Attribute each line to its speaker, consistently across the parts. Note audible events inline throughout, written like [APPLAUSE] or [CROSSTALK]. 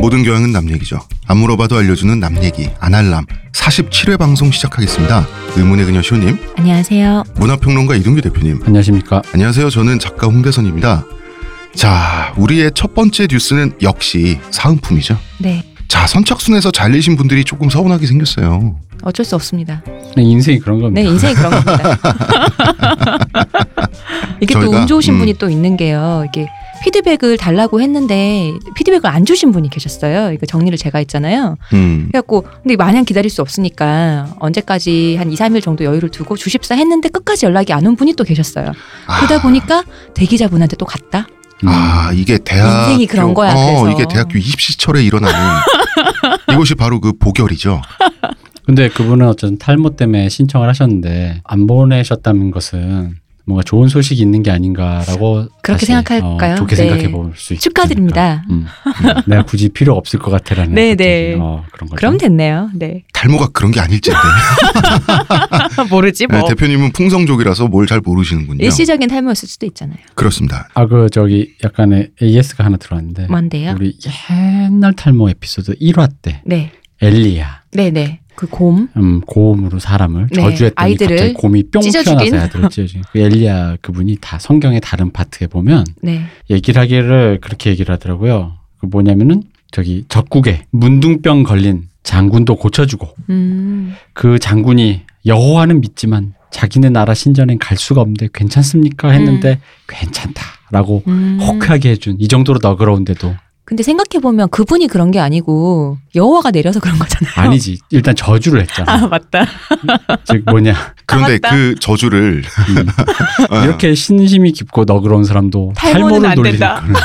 Speaker 1: 모든 경향은 남 얘기죠. 안 물어봐도 알려주는 남 얘기 아날람 47회 방송 시작하겠습니다. 의문의 그녀 시호님,
Speaker 2: 안녕하세요.
Speaker 1: 문화평론가 이동규 대표님.
Speaker 3: 안녕하십니까.
Speaker 1: 안녕하세요. 저는 작가 홍대선입니다. 자, 우리의 첫 번째 뉴스는 역시 사은품이죠.
Speaker 2: 네,
Speaker 1: 자, 선착순에서 잘리신 분들이 조금 서운하게 생겼어요.
Speaker 2: 어쩔 수 없습니다.
Speaker 3: 네, 인생이 그런 겁니다.
Speaker 2: 네, 인생이 그런 겁니다. 이게 또
Speaker 1: 저희가,
Speaker 2: 운 좋으신
Speaker 1: 음.
Speaker 2: 분이 또 있는 게요. 이게 피드백을 달라고 했는데 피드백을 안 주신 분이 계셨어요. 이거 정리를 제가 했잖아요.
Speaker 1: 음,
Speaker 2: 그래갖고 근데 마냥 기다릴 수 없으니까 언제까지 한 2, 3일 정도 여유를 두고 주십사 했는데 끝까지 연락이 안 온 분이 또 계셨어요. 그러다
Speaker 1: 아.
Speaker 2: 보니까 대기자분한테 또 갔다.
Speaker 3: 음.
Speaker 1: 아 이게 대학
Speaker 2: 인생이 그런
Speaker 1: 어
Speaker 2: 거야, 그래서.
Speaker 1: 이게 대학교 입시철에 일어나는 [LAUGHS] 이것이 바로 그 보결이죠.
Speaker 3: 근데 그분은 어쨌든 탈모 때문에 신청을 하셨는데 안 보내셨다는 것은 뭔가 좋은 소식이 있는 게 아닌가라고
Speaker 2: 그렇게
Speaker 3: 다시,
Speaker 2: 생각할까요?
Speaker 3: 어, 좋게
Speaker 2: 네.
Speaker 3: 생각해 볼 수 있습니다.
Speaker 2: 축하드립니다.
Speaker 3: 음. 음. 내가 굳이 필요 없을 것 같아라는
Speaker 2: 네,
Speaker 3: 어떤
Speaker 2: 네.
Speaker 3: 생각, 어, 그런 거죠.
Speaker 2: 그럼 됐네요.
Speaker 1: [LAUGHS]
Speaker 2: 네.
Speaker 1: 탈모가 그런 게
Speaker 2: [LAUGHS]
Speaker 1: 아닐지인데
Speaker 2: 모르지
Speaker 1: 네, 대표님은 풍성족이라서 뭘 잘 모르시는군요.
Speaker 2: 어. 일시적인 탈모였을 수도 있잖아요.
Speaker 1: 그렇습니다.
Speaker 3: 아 그 저기 약간의 AS가 하나 들어왔는데
Speaker 2: 뭔데요?
Speaker 3: 우리 옛날 탈모 에피소드 1화 때
Speaker 2: 네.
Speaker 3: 엘리야
Speaker 2: 네네. 그 곰.
Speaker 3: 음, 고음으로 사람을
Speaker 2: 네,
Speaker 3: 저주했더니
Speaker 2: 아이들을
Speaker 3: 갑자기 곰이 뿅
Speaker 2: 찢어주긴.
Speaker 3: 튀어나와서 아들을 찢어주긴. 그 엘리야 그분이 다 성경의 다른 파트에 보면
Speaker 2: 네.
Speaker 3: 얘기를 하기를 그렇게 얘기를 하더라고요. 그 뭐냐면은 저기 적국에 문둥병 걸린 장군도 고쳐주고
Speaker 2: 음.
Speaker 3: 그 장군이 여호와는 믿지만 자기네 나라 신전엔 갈 수가 없는데 괜찮습니까 했는데 괜찮다라고
Speaker 2: 음.
Speaker 3: 호쾌하게 해준 이 정도로 너그러운데도
Speaker 2: 근데 생각해 보면 그분이 그런 게 아니고 여호와가 내려서 그런 거잖아요.
Speaker 3: 아니지 일단 저주를 했잖아
Speaker 2: [LAUGHS] 아 맞다.
Speaker 3: 즉 뭐냐
Speaker 1: 그런데
Speaker 2: 까맣다.
Speaker 1: 그 저주를
Speaker 3: 음.
Speaker 1: 어,
Speaker 3: 이렇게 신심이 깊고 너그러운 사람도
Speaker 2: 탈모는
Speaker 3: 탈모를
Speaker 2: 안
Speaker 3: 놀리는
Speaker 2: 된다.
Speaker 3: 그런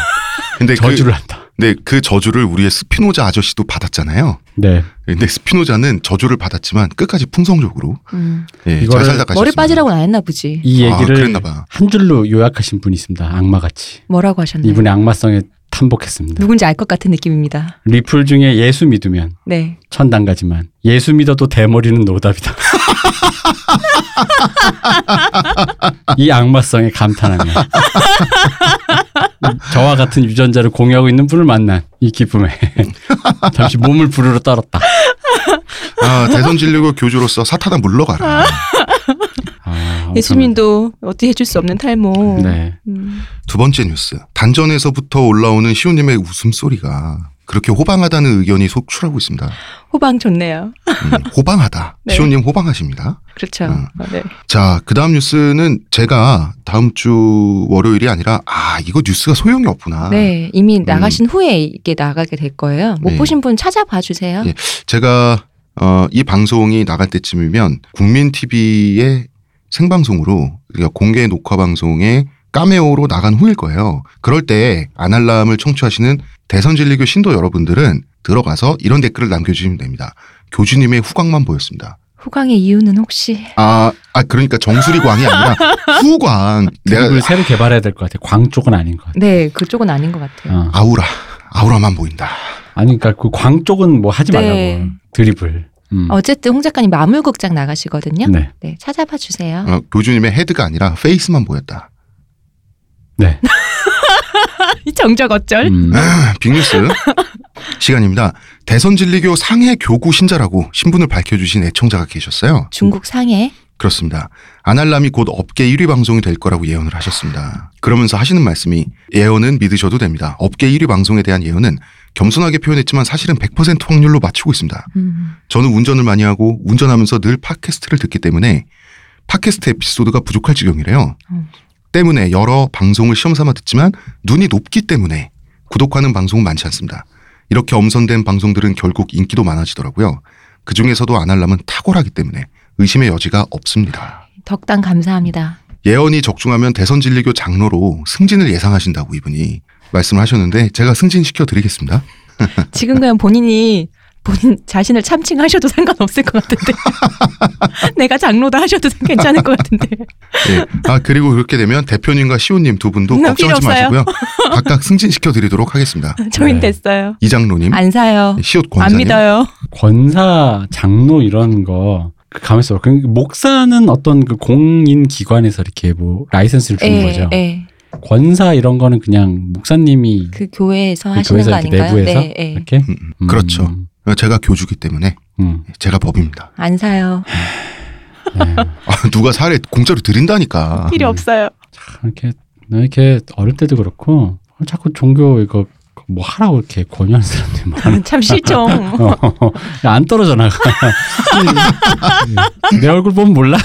Speaker 1: 근데
Speaker 3: 저주를 한다.
Speaker 1: 그, 네, 그 저주를 우리의 스피노자 아저씨도 받았잖아요.
Speaker 3: 네.
Speaker 1: 근데 스피노자는 저주를 받았지만 끝까지 풍성적으로
Speaker 2: 음.
Speaker 1: 예, 잘
Speaker 3: 이거를
Speaker 1: 살다 가셨습니다.
Speaker 2: 머리 빠지라고는 안 했나 보지.
Speaker 3: 이
Speaker 1: 아,
Speaker 3: 얘기를
Speaker 1: 그랬나 봐.
Speaker 3: 한 줄로 요약하신 분이 있습니다. 악마같이.
Speaker 2: 뭐라고 하셨나요?
Speaker 3: 이분의 악마성에 탐복했습니다.
Speaker 2: 누군지 알 것 같은 느낌입니다.
Speaker 3: 리플 중에 예수 믿으면
Speaker 2: 네.
Speaker 3: 천당 가지만 예수 믿어도 대머리는 노답이다. [LAUGHS] 이 악마성에 감탄하며 [LAUGHS] 저와 같은 유전자를 공유하고 있는 분을 만난 이 기쁨에 [LAUGHS] 잠시 몸을 부르러 떨었다.
Speaker 1: 아, 대선 진리고 교주로서 사탄아 물러가라.
Speaker 3: 아,
Speaker 2: 예수님도 어떻게 해줄 수 없는 탈모.
Speaker 3: 네.
Speaker 2: 음.
Speaker 1: 두 번째 뉴스. 단전에서부터 올라오는 시우님의 웃음소리가 그렇게 호방하다는 의견이 속출하고 있습니다.
Speaker 2: 호방 좋네요. [LAUGHS]
Speaker 1: 음, 호방하다.
Speaker 2: 네.
Speaker 1: 시우님 호방하십니다.
Speaker 2: 그렇죠.
Speaker 1: 음.
Speaker 2: 어, 네.
Speaker 1: 자, 그 다음 뉴스는 제가 다음 주 월요일이 아니라 아, 이거 뉴스가 소용이 없구나.
Speaker 2: 네. 이미 나가신 후에 이게 나가게 될 거예요. 못
Speaker 1: 네.
Speaker 2: 보신 분 찾아봐 주세요.
Speaker 1: 예. 제가 어, 이 방송이 나갈 때쯤이면 국민TV의 생방송으로 그러니까 공개 녹화 방송에 까메오로 나간 후일 거예요. 그럴 때 아날람을 청취하시는 대선 진리교 신도 여러분들은 들어가서 이런 댓글을 남겨주시면 됩니다. 교주님의 후광만 보였습니다.
Speaker 2: 후광의 이유는 혹시
Speaker 1: 아, 아 그러니까 정수리 광이 아니라 후광. 내가
Speaker 3: 그걸 새로 개발해야 될 것 같아요. 광 쪽은 아닌 것 같아요.
Speaker 2: 네 그쪽은 아닌 것 같아요.
Speaker 3: 어.
Speaker 1: 아우라, 아우라만 보인다.
Speaker 3: 아니, 그러니까 그 광 쪽은 뭐 하지
Speaker 2: 네.
Speaker 3: 말라고 드립을. 음.
Speaker 2: 어쨌든 홍 작가님 마물극장 나가시거든요.
Speaker 3: 네.
Speaker 2: 네, 찾아봐 주세요.
Speaker 3: 음.
Speaker 1: 어, 교주님의 헤드가 아니라 페이스만 보였다.
Speaker 3: 네.
Speaker 2: 이 정적 어쩔?
Speaker 3: 음.
Speaker 1: [CLEARS THROAT] 빅뉴스 시간입니다. 대선 진리교 상해 교구 신자라고 신분을 밝혀주신 애청자가 계셨어요.
Speaker 2: 중국 상해.
Speaker 1: 그렇습니다. 아날람이 곧 업계 1위 방송이 될 거라고 예언을 하셨습니다. 그러면서 하시는 말씀이 예언은 믿으셔도 됩니다. 업계 1위 방송에 대한 예언은 겸손하게 표현했지만 사실은 100% 확률로 맞추고 있습니다.
Speaker 2: 음.
Speaker 1: 저는 운전을 많이 하고 운전하면서 늘 팟캐스트를 듣기 때문에 팟캐스트 에피소드가 부족할 지경이래요.
Speaker 2: 음.
Speaker 1: 때문에 여러 방송을 시험 삼아 듣지만 눈이 높기 때문에 구독하는 방송은 많지 않습니다. 이렇게 엄선된 방송들은 결국 인기도 많아지더라고요. 그 중에서도 아날람은 탁월하기 때문에 의심의 여지가 없습니다.
Speaker 2: 음, 덕당
Speaker 3: [LAUGHS]
Speaker 2: 감사합니다.
Speaker 1: 예언이 적중하면 대선 진리교 장로로 승진을 예상하신다고 이분이 말씀을 하셨는데 제가 승진시켜 드리겠습니다.
Speaker 2: 지금 그냥 본인이 본인 자신을 참칭하셔도 상관없을 것 같은데. [LAUGHS] 내가 장로다 하셔도 괜찮을 것 같은데. [LAUGHS]
Speaker 1: 예. 아 그리고 그렇게 되면 대표님과 시호님 두 분도
Speaker 2: 난 음, 필요
Speaker 1: 걱정하지
Speaker 2: 없어요.
Speaker 1: 마시고요.
Speaker 2: [LAUGHS]
Speaker 1: 각각 승진시켜 드리도록 하겠습니다.
Speaker 2: 저희는
Speaker 3: 네.
Speaker 2: 됐어요.
Speaker 1: 이장로님,
Speaker 2: 아, 안 사요.
Speaker 1: 시옷
Speaker 2: 안
Speaker 1: 권사님.
Speaker 2: 믿어요.
Speaker 3: 권사, 장로 이런 거 가만있어. 그러니까 그 목사는 어떤 그 공인 기관에서 이렇게 뭐 라이선스를 주는 거죠.
Speaker 2: 예.
Speaker 3: 권사 이런 거는 그냥 목사님이
Speaker 2: 그 교회에서
Speaker 3: 그
Speaker 2: 하시는
Speaker 3: 교회에서
Speaker 2: 거
Speaker 3: 이렇게
Speaker 2: 아닌가요?
Speaker 3: 내부에서?
Speaker 2: 네, 네.
Speaker 3: 이렇게
Speaker 1: 음, 음.
Speaker 3: 음,
Speaker 1: 그렇죠. 제가 교주기 때문에
Speaker 3: 음.
Speaker 1: 제가 법입니다.
Speaker 2: 안 [LAUGHS] 사요.
Speaker 3: 네.
Speaker 1: 아, 누가 사례 공짜로
Speaker 2: [LAUGHS]
Speaker 1: 드린다니까.
Speaker 2: 필요
Speaker 3: 음.
Speaker 2: 없어요.
Speaker 3: 참 이렇게 나 이렇게 어릴 때도 그렇고 자꾸 종교 이거 뭐 하라고 이렇게 권유하는 사람들이 많아.
Speaker 2: 참 실종.
Speaker 3: [LAUGHS] 어, 야, 안 떨어져 나가. 내 얼굴 보면 몰라.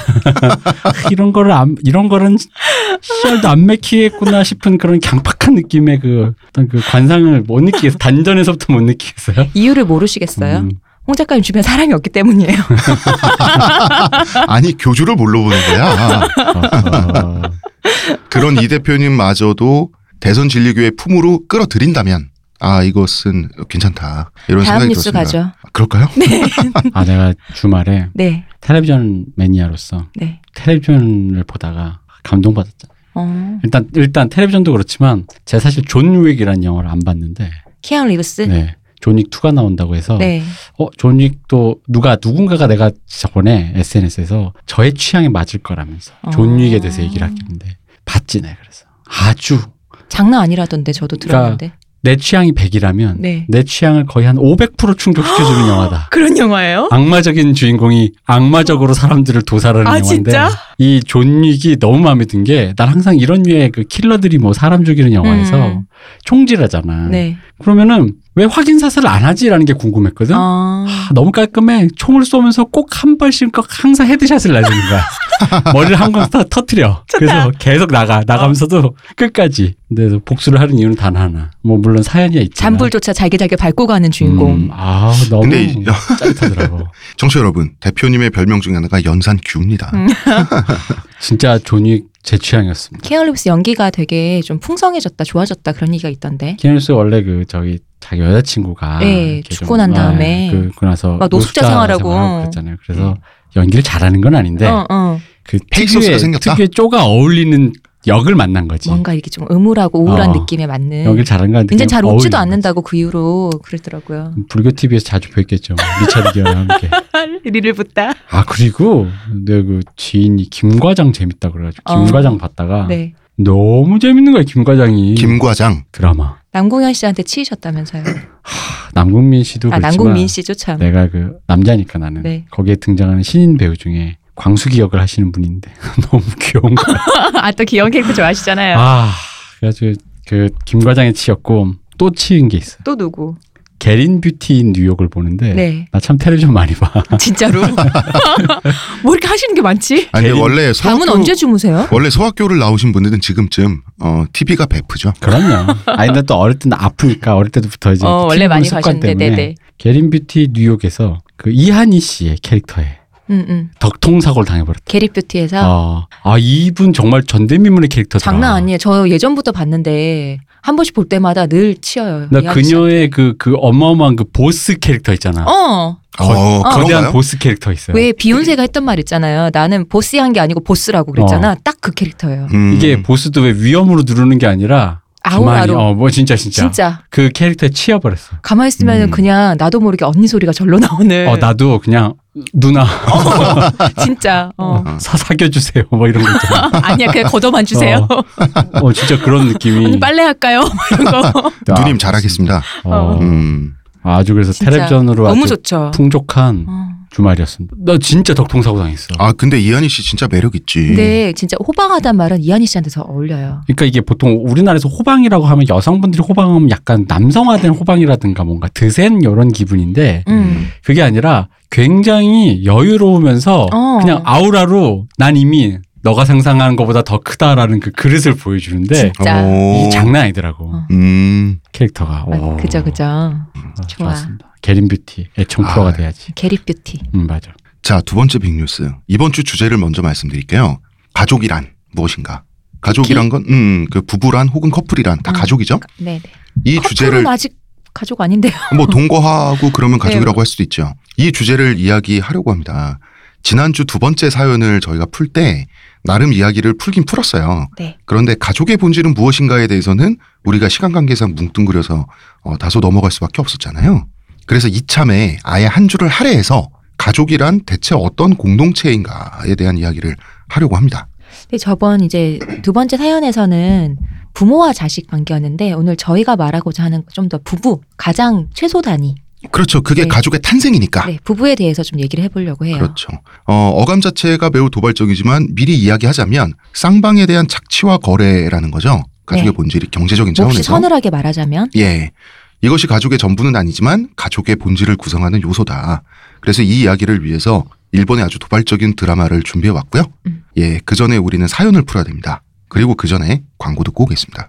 Speaker 3: 이런 거를 안, 이런 거는 시절도 안 맥히겠구나 싶은 그런 강팍한 느낌의 그 어떤 그 관상을 못 느끼겠어. 단전에서부터 못 느끼겠어요.
Speaker 2: 이유를 모르시겠어요?
Speaker 3: 음,
Speaker 2: 홍 작가님 주변에 사람이 없기 때문이에요.
Speaker 1: 아니 교주를 뭘로 보는 거야.
Speaker 3: 어, 어.
Speaker 1: 그런 이 대표님마저도 대선 진리교의 품으로 끌어들인다면 아 이것은 괜찮다 이런
Speaker 2: 다음
Speaker 1: 생각이
Speaker 2: 뉴스
Speaker 1: 들었습니다.
Speaker 2: 가죠.
Speaker 1: 아, 그럴까요?
Speaker 3: 아 내가 주말에
Speaker 2: 네,
Speaker 3: 텔레비전 매니아로서
Speaker 2: 네.
Speaker 3: 텔레비전을 보다가 감동받았죠.
Speaker 2: 어,
Speaker 3: 일단 일단 텔레비전도 그렇지만 제가 사실 존 윅이라는 영화를 안 봤는데
Speaker 2: 키아누 리브스. 네.
Speaker 3: 네. 존윅 2가 나온다고 해서 어, 존윅도 누가 누군가가 내가 저번에 SNS에서 저의 취향에 맞을 거라면서
Speaker 2: 어.
Speaker 3: 존윅에 대해서 얘기를 했는데 봤지 내 그래서 아주
Speaker 2: 장난 아니라던데 저도
Speaker 3: 그러니까
Speaker 2: 들었는데.
Speaker 3: 내 취향이 100이라면
Speaker 2: 네.
Speaker 3: 내 취향을 거의 한
Speaker 2: [GASPS]
Speaker 3: 500% 충족시켜주는 영화다.
Speaker 2: 그런 영화예요?
Speaker 3: 악마적인 주인공이 악마적으로 사람들을 도살하는
Speaker 2: 아,
Speaker 3: 영화인데
Speaker 2: 진짜?
Speaker 3: 이 존윅이 너무 마음에 든 게 난 항상 이런 류의 그 킬러들이 뭐 사람 죽이는 영화에서
Speaker 2: 음.
Speaker 3: 총질하잖아.
Speaker 2: 네.
Speaker 3: 그러면은 왜 확인 사슬을 안 하지라는 게 궁금했거든.
Speaker 2: 아,
Speaker 3: 아, 너무 깔끔해. 총을 쏘면서 꼭 한 발씩 꼭 항상 헤드샷을 날리는
Speaker 1: [LAUGHS]
Speaker 3: 거야. 머리를 한 번 터트려. 그래서 계속 나가. 나가면서도
Speaker 2: 어.
Speaker 3: 끝까지. 근데 복수를 하는 이유는 단 하나. 뭐 물론 사연이 있지만.
Speaker 2: 잔불조차 잘게잘게 밟고 가는 주인공.
Speaker 3: 음, 아 너무
Speaker 1: 근데 이- [LAUGHS] 어,
Speaker 3: 짜릿하더라고.
Speaker 1: 청취자 여러분 대표님의 별명 중에 하나가 연산규입니다.
Speaker 2: 음.
Speaker 3: 진짜 존윅 제 취향이었습니다.
Speaker 2: 키아누 리브스 연기가 되게 좀 풍성해졌다, 좋아졌다 그런 얘기가 있던데.
Speaker 3: 키네스 원래 그 저기 자기 여자친구가
Speaker 2: 네,
Speaker 3: 이렇게 좀,
Speaker 2: 죽고 난
Speaker 3: 네,
Speaker 2: 다음에
Speaker 3: 그, 그러고 나서
Speaker 2: 막 노숙자 생활하고. 음.
Speaker 3: 생활하고 그랬잖아요. 그래서 연기를 잘하는 건 아닌데
Speaker 2: 어, 어.
Speaker 3: 그
Speaker 1: 페이소스가
Speaker 3: 특유의
Speaker 1: 생겼다?
Speaker 3: 특유의 쪼가 어울리는 역을 만난 거지.
Speaker 2: 뭔가 이렇게 좀 음울하고 우울한
Speaker 3: 어.
Speaker 2: 느낌에 맞는.
Speaker 3: 연기를 잘하는 거 같은데
Speaker 2: 이제 네. 잘 웃지도
Speaker 3: 어울리는
Speaker 2: 않는다고 그 이후로 그러더라고요.
Speaker 3: 거지. 불교 TV에서 자주 뵀겠죠 뭐. 리차드 기어랑
Speaker 2: [LAUGHS]
Speaker 3: 함께
Speaker 2: 리를 붙다.
Speaker 3: 아 그리고 내그 지인이 김과장 재밌다 그래가지고
Speaker 2: 어.
Speaker 3: 김과장 봤다가
Speaker 2: 네.
Speaker 3: 너무 재밌는 거야 김과장이
Speaker 1: 김 과장
Speaker 3: 드라마
Speaker 2: 남궁현 씨한테 치이셨다면서요.
Speaker 3: 남궁민 씨도
Speaker 2: 아,
Speaker 3: 그렇지만
Speaker 2: 남궁민 씨죠, 참.
Speaker 3: 내가 그 남자니까 나는
Speaker 2: 네.
Speaker 3: 거기에 등장하는 신인 배우 중에 광수기 역을 하시는 분인데 [LAUGHS] 너무 귀여운 거야
Speaker 2: 아, 또 귀여운 캐릭터 좋아하시잖아요.
Speaker 3: 아 그래가지고 그 김과장에 치였고 또 치인 게 있어 요
Speaker 2: 또 누구?
Speaker 3: 게린 뷰티 인 뉴욕을 보는데 [LAUGHS]
Speaker 2: 네.
Speaker 3: 나 참 텔레비전 많이 봐 [LAUGHS]
Speaker 2: 진짜로. [LAUGHS] 뭐 이렇게 하시는 게 많지?
Speaker 1: 아니 근데
Speaker 3: 개인-
Speaker 1: 원래
Speaker 2: 방은
Speaker 1: 소학교
Speaker 2: 언제 주무세요?
Speaker 1: 원래 소학교를 나오신 분들은 지금쯤 어, TV가 베프죠.
Speaker 3: 그럼요. 아니, 근데 또 어릴 때는 아프니까 어릴 때부터 이제
Speaker 2: 어, 원래
Speaker 3: 키우는
Speaker 2: 많이
Speaker 3: 습관
Speaker 2: 가셨는데,
Speaker 3: 때문에
Speaker 2: 네네.
Speaker 3: 게린 뷰티 뉴욕에서 그 이한희 씨의 캐릭터에
Speaker 2: 응, 응.
Speaker 3: 덕통 사고를 당해버렸다.
Speaker 2: 게릭 뷰티에서.
Speaker 3: 어. 아 이분 정말 전대미문의 캐릭터다.
Speaker 2: 장난 아니에요. 저 예전부터 봤는데, 한 번씩 볼 때마다 늘 치여요. 이
Speaker 3: 나
Speaker 2: 아저씨.
Speaker 3: 그녀의 그 그 어마어마한 그 보스 캐릭터 있잖아.
Speaker 2: 어,
Speaker 1: 어,
Speaker 3: 아, 거대한
Speaker 1: 그런가요?
Speaker 3: 보스 캐릭터 있어요.
Speaker 2: 왜 비욘세가 했던 말 있잖아요. 나는 보스 한게 아니고 보스라고 그랬잖아.
Speaker 3: 어.
Speaker 2: 딱 그 캐릭터예요.
Speaker 1: 음,
Speaker 3: 이게 보스도 왜 위험으로 누르는 게 아니라 가만히
Speaker 2: 아우라로.
Speaker 3: 어뭐 진짜 진짜
Speaker 2: 진짜.
Speaker 3: 그 캐릭터에 치여버렸어.
Speaker 2: 가만히 있으면
Speaker 1: 음.
Speaker 2: 그냥 나도 모르게 언니 소리가 절로 나오는.
Speaker 3: 어 나도 그냥 누나
Speaker 2: [LAUGHS]
Speaker 3: [LAUGHS]
Speaker 2: 진짜. 어.
Speaker 3: 사 사겨 주세요. 뭐 이런 거
Speaker 2: [LAUGHS]
Speaker 3: 있잖아.
Speaker 2: 아니야, 그냥 걷어만 주세요.
Speaker 3: 어 진짜 그런 느낌이.
Speaker 2: [LAUGHS] 언니 빨래
Speaker 3: [LAUGHS]
Speaker 2: 할까요? 이런 거.
Speaker 3: 아,
Speaker 1: 누님 잘하겠습니다.
Speaker 3: 어.
Speaker 1: 음.
Speaker 3: 아주 그래서
Speaker 2: 진짜
Speaker 3: 텔레비전으로 아주
Speaker 2: 너무 좋죠.
Speaker 3: 풍족한
Speaker 2: 어.
Speaker 3: 주말이었습니다. 나 진짜 덕통사고 당했어.
Speaker 1: 아 근데 이한희 씨 진짜 매력 있지.
Speaker 2: 근데
Speaker 3: 음.
Speaker 2: 진짜 호방하단 말은 이한희 씨한테 더 어울려요.
Speaker 3: 그러니까 이게 보통 우리나라에서 호방이라고 하면 여성분들이 호방하면 약간 남성화된 호방이라든가 뭔가 드센 이런 기분인데
Speaker 2: 음.
Speaker 3: 그게 아니라 굉장히 여유로우면서
Speaker 2: 어.
Speaker 3: 그냥 아우라로 난 이미 너가 상상하는 것보다 더 크다라는 그 그릇을 보여주는데
Speaker 2: 진짜.
Speaker 1: 오.
Speaker 3: 이 장난 아니더라고
Speaker 2: 어.
Speaker 1: 어. 음.
Speaker 3: 캐릭터가.
Speaker 2: 아,
Speaker 3: 오.
Speaker 2: 그죠, 그죠.
Speaker 3: 아,
Speaker 2: 좋아.
Speaker 3: 좋았습니다. 게린 뷰티 애청
Speaker 1: 아.
Speaker 3: 프로가 돼야지.
Speaker 2: 게리 뷰티.
Speaker 3: 음 맞아.
Speaker 1: 자, 두 번째 빅뉴스. 이번 주 주제를 먼저 말씀드릴게요. 가족이란 무엇인가? 가족이란 건, 음, 그 부부란 혹은 커플이란 다
Speaker 2: 음.
Speaker 1: 가족이죠?
Speaker 2: 네네.
Speaker 1: 이
Speaker 2: 커플은
Speaker 1: 주제를,
Speaker 2: 아직 가족 아닌데요. [LAUGHS]
Speaker 1: 뭐, 동거하고 그러면
Speaker 2: 네.
Speaker 1: 가족이라고 할 수도 있죠. 이 주제를 이야기하려고 합니다. 지난주 두 번째 사연을 저희가 풀 때, 나름 이야기를 풀긴 풀었어요.
Speaker 2: 네.
Speaker 1: 그런데 가족의 본질은 무엇인가에 대해서는 우리가 시간 관계상 뭉뚱그려서 어, 다소 넘어갈 수밖에 없었잖아요. 그래서 이참에 아예 한 줄을 할애해서 가족이란 대체 어떤 공동체인가에 대한 이야기를 하려고 합니다.
Speaker 2: 근데 저번 이제 두 번째 사연에서는 부모와 자식 관계였는데 오늘 저희가 말하고자 하는 좀 더 부부 가장 최소 단위
Speaker 1: 그렇죠. 그게
Speaker 2: 네.
Speaker 1: 가족의 탄생이니까.
Speaker 2: 네, 부부에 대해서 좀 얘기를 해보려고
Speaker 3: 예.
Speaker 2: 해요.
Speaker 1: 그렇죠. 어, 어감 자체가 매우 도발적이지만 미리 이야기하자면 쌍방에 대한 착취와 거래라는 거죠. 가족의
Speaker 2: 네.
Speaker 1: 본질이 경제적인
Speaker 3: 뭐
Speaker 2: 몹시
Speaker 1: 차원에서.
Speaker 2: 서늘하게
Speaker 4: [LAUGHS]
Speaker 2: 말하자면
Speaker 1: 예. 이것이 가족의 전부는 아니지만 가족의 본질을 구성하는 요소다. 그래서 이 이야기를 위해서 일본의 아주 도발적인 드라마를 준비해 왔고요.
Speaker 2: 음.
Speaker 1: 예, 그 전에 우리는 사연을 풀어야 됩니다. 그리고 그 전에 광고 듣고 오겠습니다.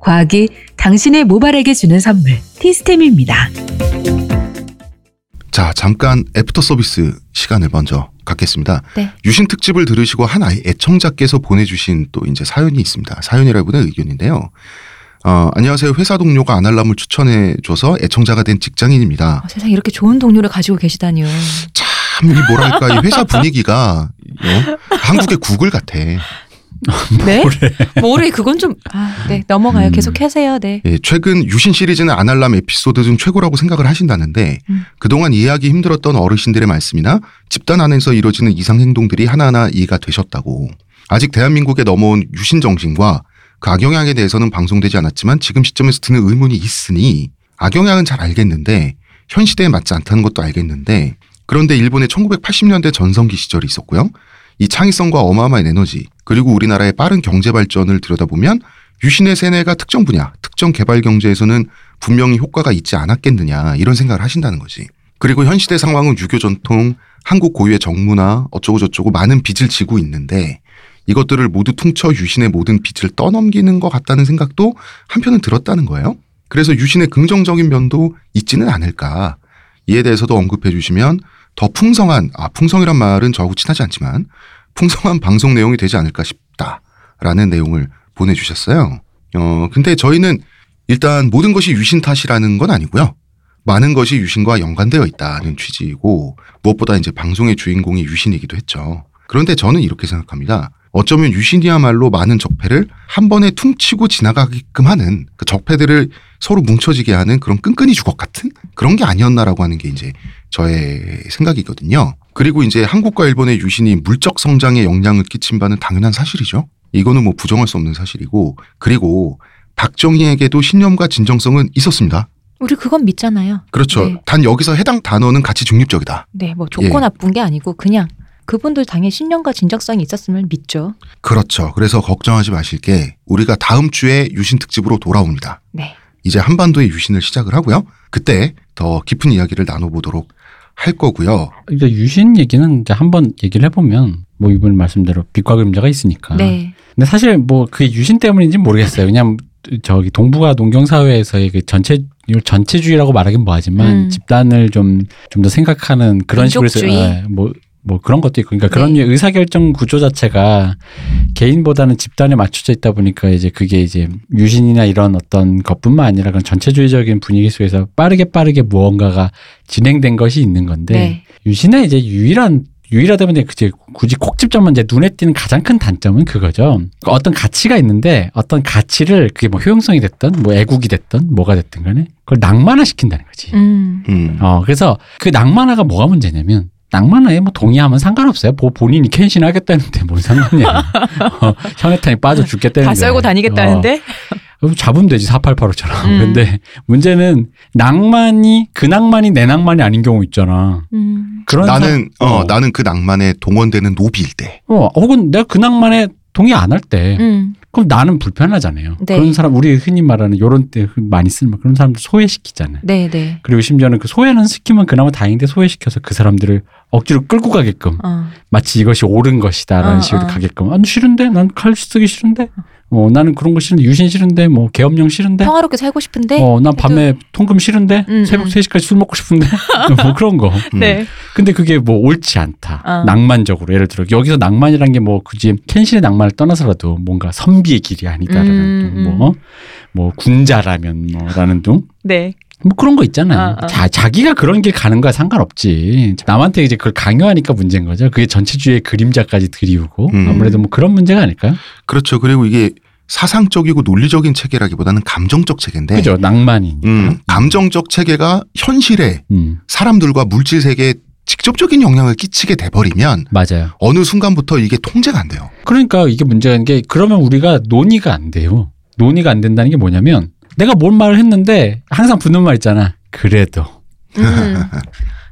Speaker 4: 과학이 당신의 모발에게 주는 선물, 티스템입니다.
Speaker 1: 자, 잠깐 애프터 서비스 시간을 먼저 갖겠습니다.
Speaker 2: 네.
Speaker 1: 유신 특집을 들으시고 한 아이 애청자께서 보내주신 또 이제 사연이 있습니다. 사연이라기보다 의견인데요. 어, 안녕하세요. 회사 동료가 아날람을 추천해줘서 애청자가 된 직장인입니다.
Speaker 2: 아, 세상에 이렇게 좋은 동료를 가지고 [LAUGHS] 계시다니요.
Speaker 1: 참, 이 뭐랄까, 이 회사 분위기가 어? 한국의 구글 같아.
Speaker 2: 네? 뭐래 그건 좀 아, 네, 넘어가요.
Speaker 3: 음.
Speaker 2: 계속 하세요. 네.
Speaker 1: 예, 최근 유신 시리즈는 아날람 에피소드 중 최고라고 생각을 하신다는데
Speaker 2: 음.
Speaker 1: 그동안 이해하기 힘들었던 어르신들의 말씀이나 집단 안에서 이루어지는 이상 행동들이 하나하나 이해가 되셨다고. 아직 대한민국에 넘어온 유신 정신과 그 악영향에 대해서는 방송되지 않았지만 지금 시점에서 드는 의문이 있으니 악영향은 잘 알겠는데 현 시대에 맞지 않다는 것도 알겠는데 그런데 일본의 1980년대 전성기 시절이 있었고요. 이 창의성과 어마어마한 에너지 그리고 우리나라의 빠른 경제 발전을 들여다보면 유신의 세뇌가 특정 분야, 특정 개발 경제에서는 분명히 효과가 있지 않았겠느냐 이런 생각을 하신다는 거지. 그리고 현 시대 상황은 유교 전통, 한국 고유의 정문화 어쩌고 저쩌고 많은 빚을 지고 있는데 이것들을 모두 퉁쳐 유신의 모든 빚을 떠넘기는 것 같다는 생각도 한편은 들었다는 거예요. 그래서 유신의 긍정적인 면도 있지는 않을까. 이에 대해서도 언급해 주시면 더 풍성한, 아, 풍성이란 말은 저하고 친하지 않지만 풍성한 방송 내용이 되지 않을까 싶다라는 내용을 보내주셨어요. 어, 근데 저희는 일단 모든 것이 유신 탓이라는 건 아니고요. 많은 것이 유신과 연관되어 있다는 취지이고 무엇보다 이제 방송의 주인공이 유신이기도 했죠. 그런데 저는 이렇게 생각합니다. 어쩌면 유신이야말로 많은 적폐를 한 번에 퉁치고 지나가게끔 하는 그 적폐들을 서로 뭉쳐지게 하는 그런 끈끈이 주걱 같은 그런 게 아니었나라고 하는 게 이제 저의 생각이거든요. 그리고 이제 한국과 일본의 유신이 물적 성장에 영향을 끼친 바는 당연한 사실이죠. 이거는 뭐 부정할 수 없는 사실이고 그리고 박정희에게도 신념과 진정성은 있었습니다.
Speaker 2: 우리 그건 믿잖아요.
Speaker 1: 그렇죠.
Speaker 2: 네.
Speaker 1: 단 여기서 해당 단어는 가치 중립적이다.
Speaker 2: 네, 뭐 조건 나쁜 게 아니고 그냥 그분들 당연히 신념과 진정성이 있었음을 믿죠.
Speaker 1: 그렇죠. 그래서 걱정하지 마실 게 우리가 다음 주에 유신 특집으로 돌아옵니다.
Speaker 2: 네.
Speaker 1: 이제 한반도의 유신을 시작을 하고요. 그때 더 깊은 이야기를 나눠보도록 할 거고요.
Speaker 3: 이제 유신 얘기는 이제 한번 얘기를 해보면 뭐 이분 말씀대로 빛과 그림자가 있으니까.
Speaker 2: 네.
Speaker 3: 근데 사실 뭐 그게 유신 때문인지 는 모르겠어요. 그냥 저기 동북아 농경 사회에서의 그 전체 이걸 전체주의라고 말하긴 뭐하지만
Speaker 2: 음.
Speaker 3: 집단을 좀 좀 더 생각하는 그런 식으로 해서
Speaker 2: 민족주의.
Speaker 3: 예, 뭐. 뭐 그런 것도 있고 그러니까 그런
Speaker 2: 네.
Speaker 3: 의사결정 구조 자체가 개인보다는 집단에 맞춰져 있다 보니까 이제 그게 이제 유신이나 이런 어떤 것뿐만 아니라 그런 전체주의적인 분위기 속에서 빠르게 빠르게 무언가가 진행된 것이 있는 건데
Speaker 2: 네.
Speaker 3: 유신의 이제 유일한 유일하다 보니 그제 굳이 콕 집자면 이제 눈에 띄는 가장 큰 단점은 그거죠. 그러니까 어떤 가치가 있는데 어떤 가치를 그게 뭐 효용성이 됐든 뭐 애국이 됐든 뭐가 됐든 간에 그걸 낭만화 시킨다는 거지.
Speaker 2: 음.
Speaker 1: 음.
Speaker 3: 어 그래서 그 낭만화가 뭐가 문제냐면 낭만화에 뭐 동의하면 상관없어요. 뭐 본인이 캔신하겠다는데 뭔
Speaker 2: [LAUGHS]
Speaker 3: 상관이야. 어, 현해탄이 빠져 죽겠다는데.
Speaker 2: 다
Speaker 3: 어,
Speaker 2: 썰고 다니겠다는데
Speaker 3: 그럼 잡으면 되지 4885처럼.
Speaker 2: 음.
Speaker 3: 근데 문제는 낭만이 그 낭만이 내 낭만이 아닌 경우 있잖아.
Speaker 2: 음.
Speaker 3: 그런
Speaker 1: 나는
Speaker 3: 사-
Speaker 1: 어, 나는 그 낭만에 동원되는 노비일 때.
Speaker 3: 어, 혹은 내가 그 낭만에 동의 안 할 때,
Speaker 2: 음.
Speaker 3: 그럼 나는 불편하잖아요.
Speaker 2: 네.
Speaker 3: 그런 사람, 우리 흔히 말하는 요런 때 많이 쓰는 말, 그런 사람들 소외시키잖아요.
Speaker 2: 네, 네.
Speaker 3: 그리고 심지어는 그 소외는 시키면 그나마 다행인데 소외시켜서 그 사람들을 억지로 끌고 가게끔
Speaker 2: 어.
Speaker 3: 마치 이것이 옳은 것이다라는
Speaker 2: 어,
Speaker 3: 식으로 아,
Speaker 2: 어.
Speaker 3: 가게끔 안 싫은데 난 칼 쓰기 싫은데 어, 나는 그런 거 싫은데 유신 싫은데 뭐 계엄령 싫은데
Speaker 2: 평화롭게 살고 싶은데.
Speaker 3: 어, 난 밤에 통금 싫은데
Speaker 2: 네. 음,
Speaker 3: 새벽
Speaker 2: 음.
Speaker 3: 3시까지 술 먹고 싶은데 [LAUGHS] 뭐 그런 거.
Speaker 1: 음.
Speaker 2: 네.
Speaker 3: 근데 그게 뭐 옳지 않다.
Speaker 2: 어.
Speaker 3: 낭만적으로 예를 들어 여기서 낭만이란 게 뭐 굳이 켄신의 낭만을 떠나서라도 뭔가 선비의 길이 아니다라는
Speaker 2: 음,
Speaker 3: 둥, 뭐, 뭐 군자라면 뭐라는 둥,
Speaker 2: 네.
Speaker 3: 뭐 그런 거 있잖아.
Speaker 2: 어, 어.
Speaker 3: 자, 자기가 그런 길 가는 거야 상관없지. 남한테 이제 그걸 강요하니까 문제인 거죠. 그게 전체주의의 그림자까지 들이우고
Speaker 1: 음.
Speaker 3: 아무래도 뭐 그런 문제가 아닐까요?
Speaker 1: 그렇죠. 그리고 이게 사상적이고 논리적인 체계라기보다는 감정적 체계인데
Speaker 3: 그죠? 낭만이니까.
Speaker 1: 네. 음, 감정적 체계가 현실에
Speaker 3: 음,
Speaker 1: 사람들과 물질 세계에 직접적인 영향을 끼치게 돼 버리면
Speaker 3: 맞아요.
Speaker 1: 어느 순간부터 이게 통제가 안 돼요.
Speaker 3: 그러니까 이게 문제인 게 그러면 우리가 논의가 안 돼요. 논의가 안 된다는 게 뭐냐면 내가 뭔 말을 했는데 항상 붙는 말 있잖아. 그래도
Speaker 2: 음.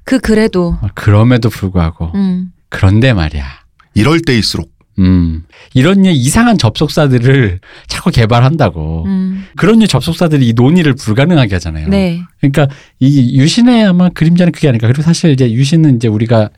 Speaker 2: 그 그래도.
Speaker 3: 아, 그럼에도 불구하고
Speaker 2: 음.
Speaker 3: 그런데 말이야.
Speaker 1: [LAUGHS] 이럴 때일수록
Speaker 3: 음 이런 류의 이상한 접속사들을 자꾸 개발한다고
Speaker 2: 음.
Speaker 3: 그런 류의 접속사들이 이 논의를 불가능하게 하잖아요.
Speaker 2: 네.
Speaker 3: 그러니까 이 유신의 아마 그림자는 그게 아닐까. 그리고 사실 이제 유신은 이제 우리가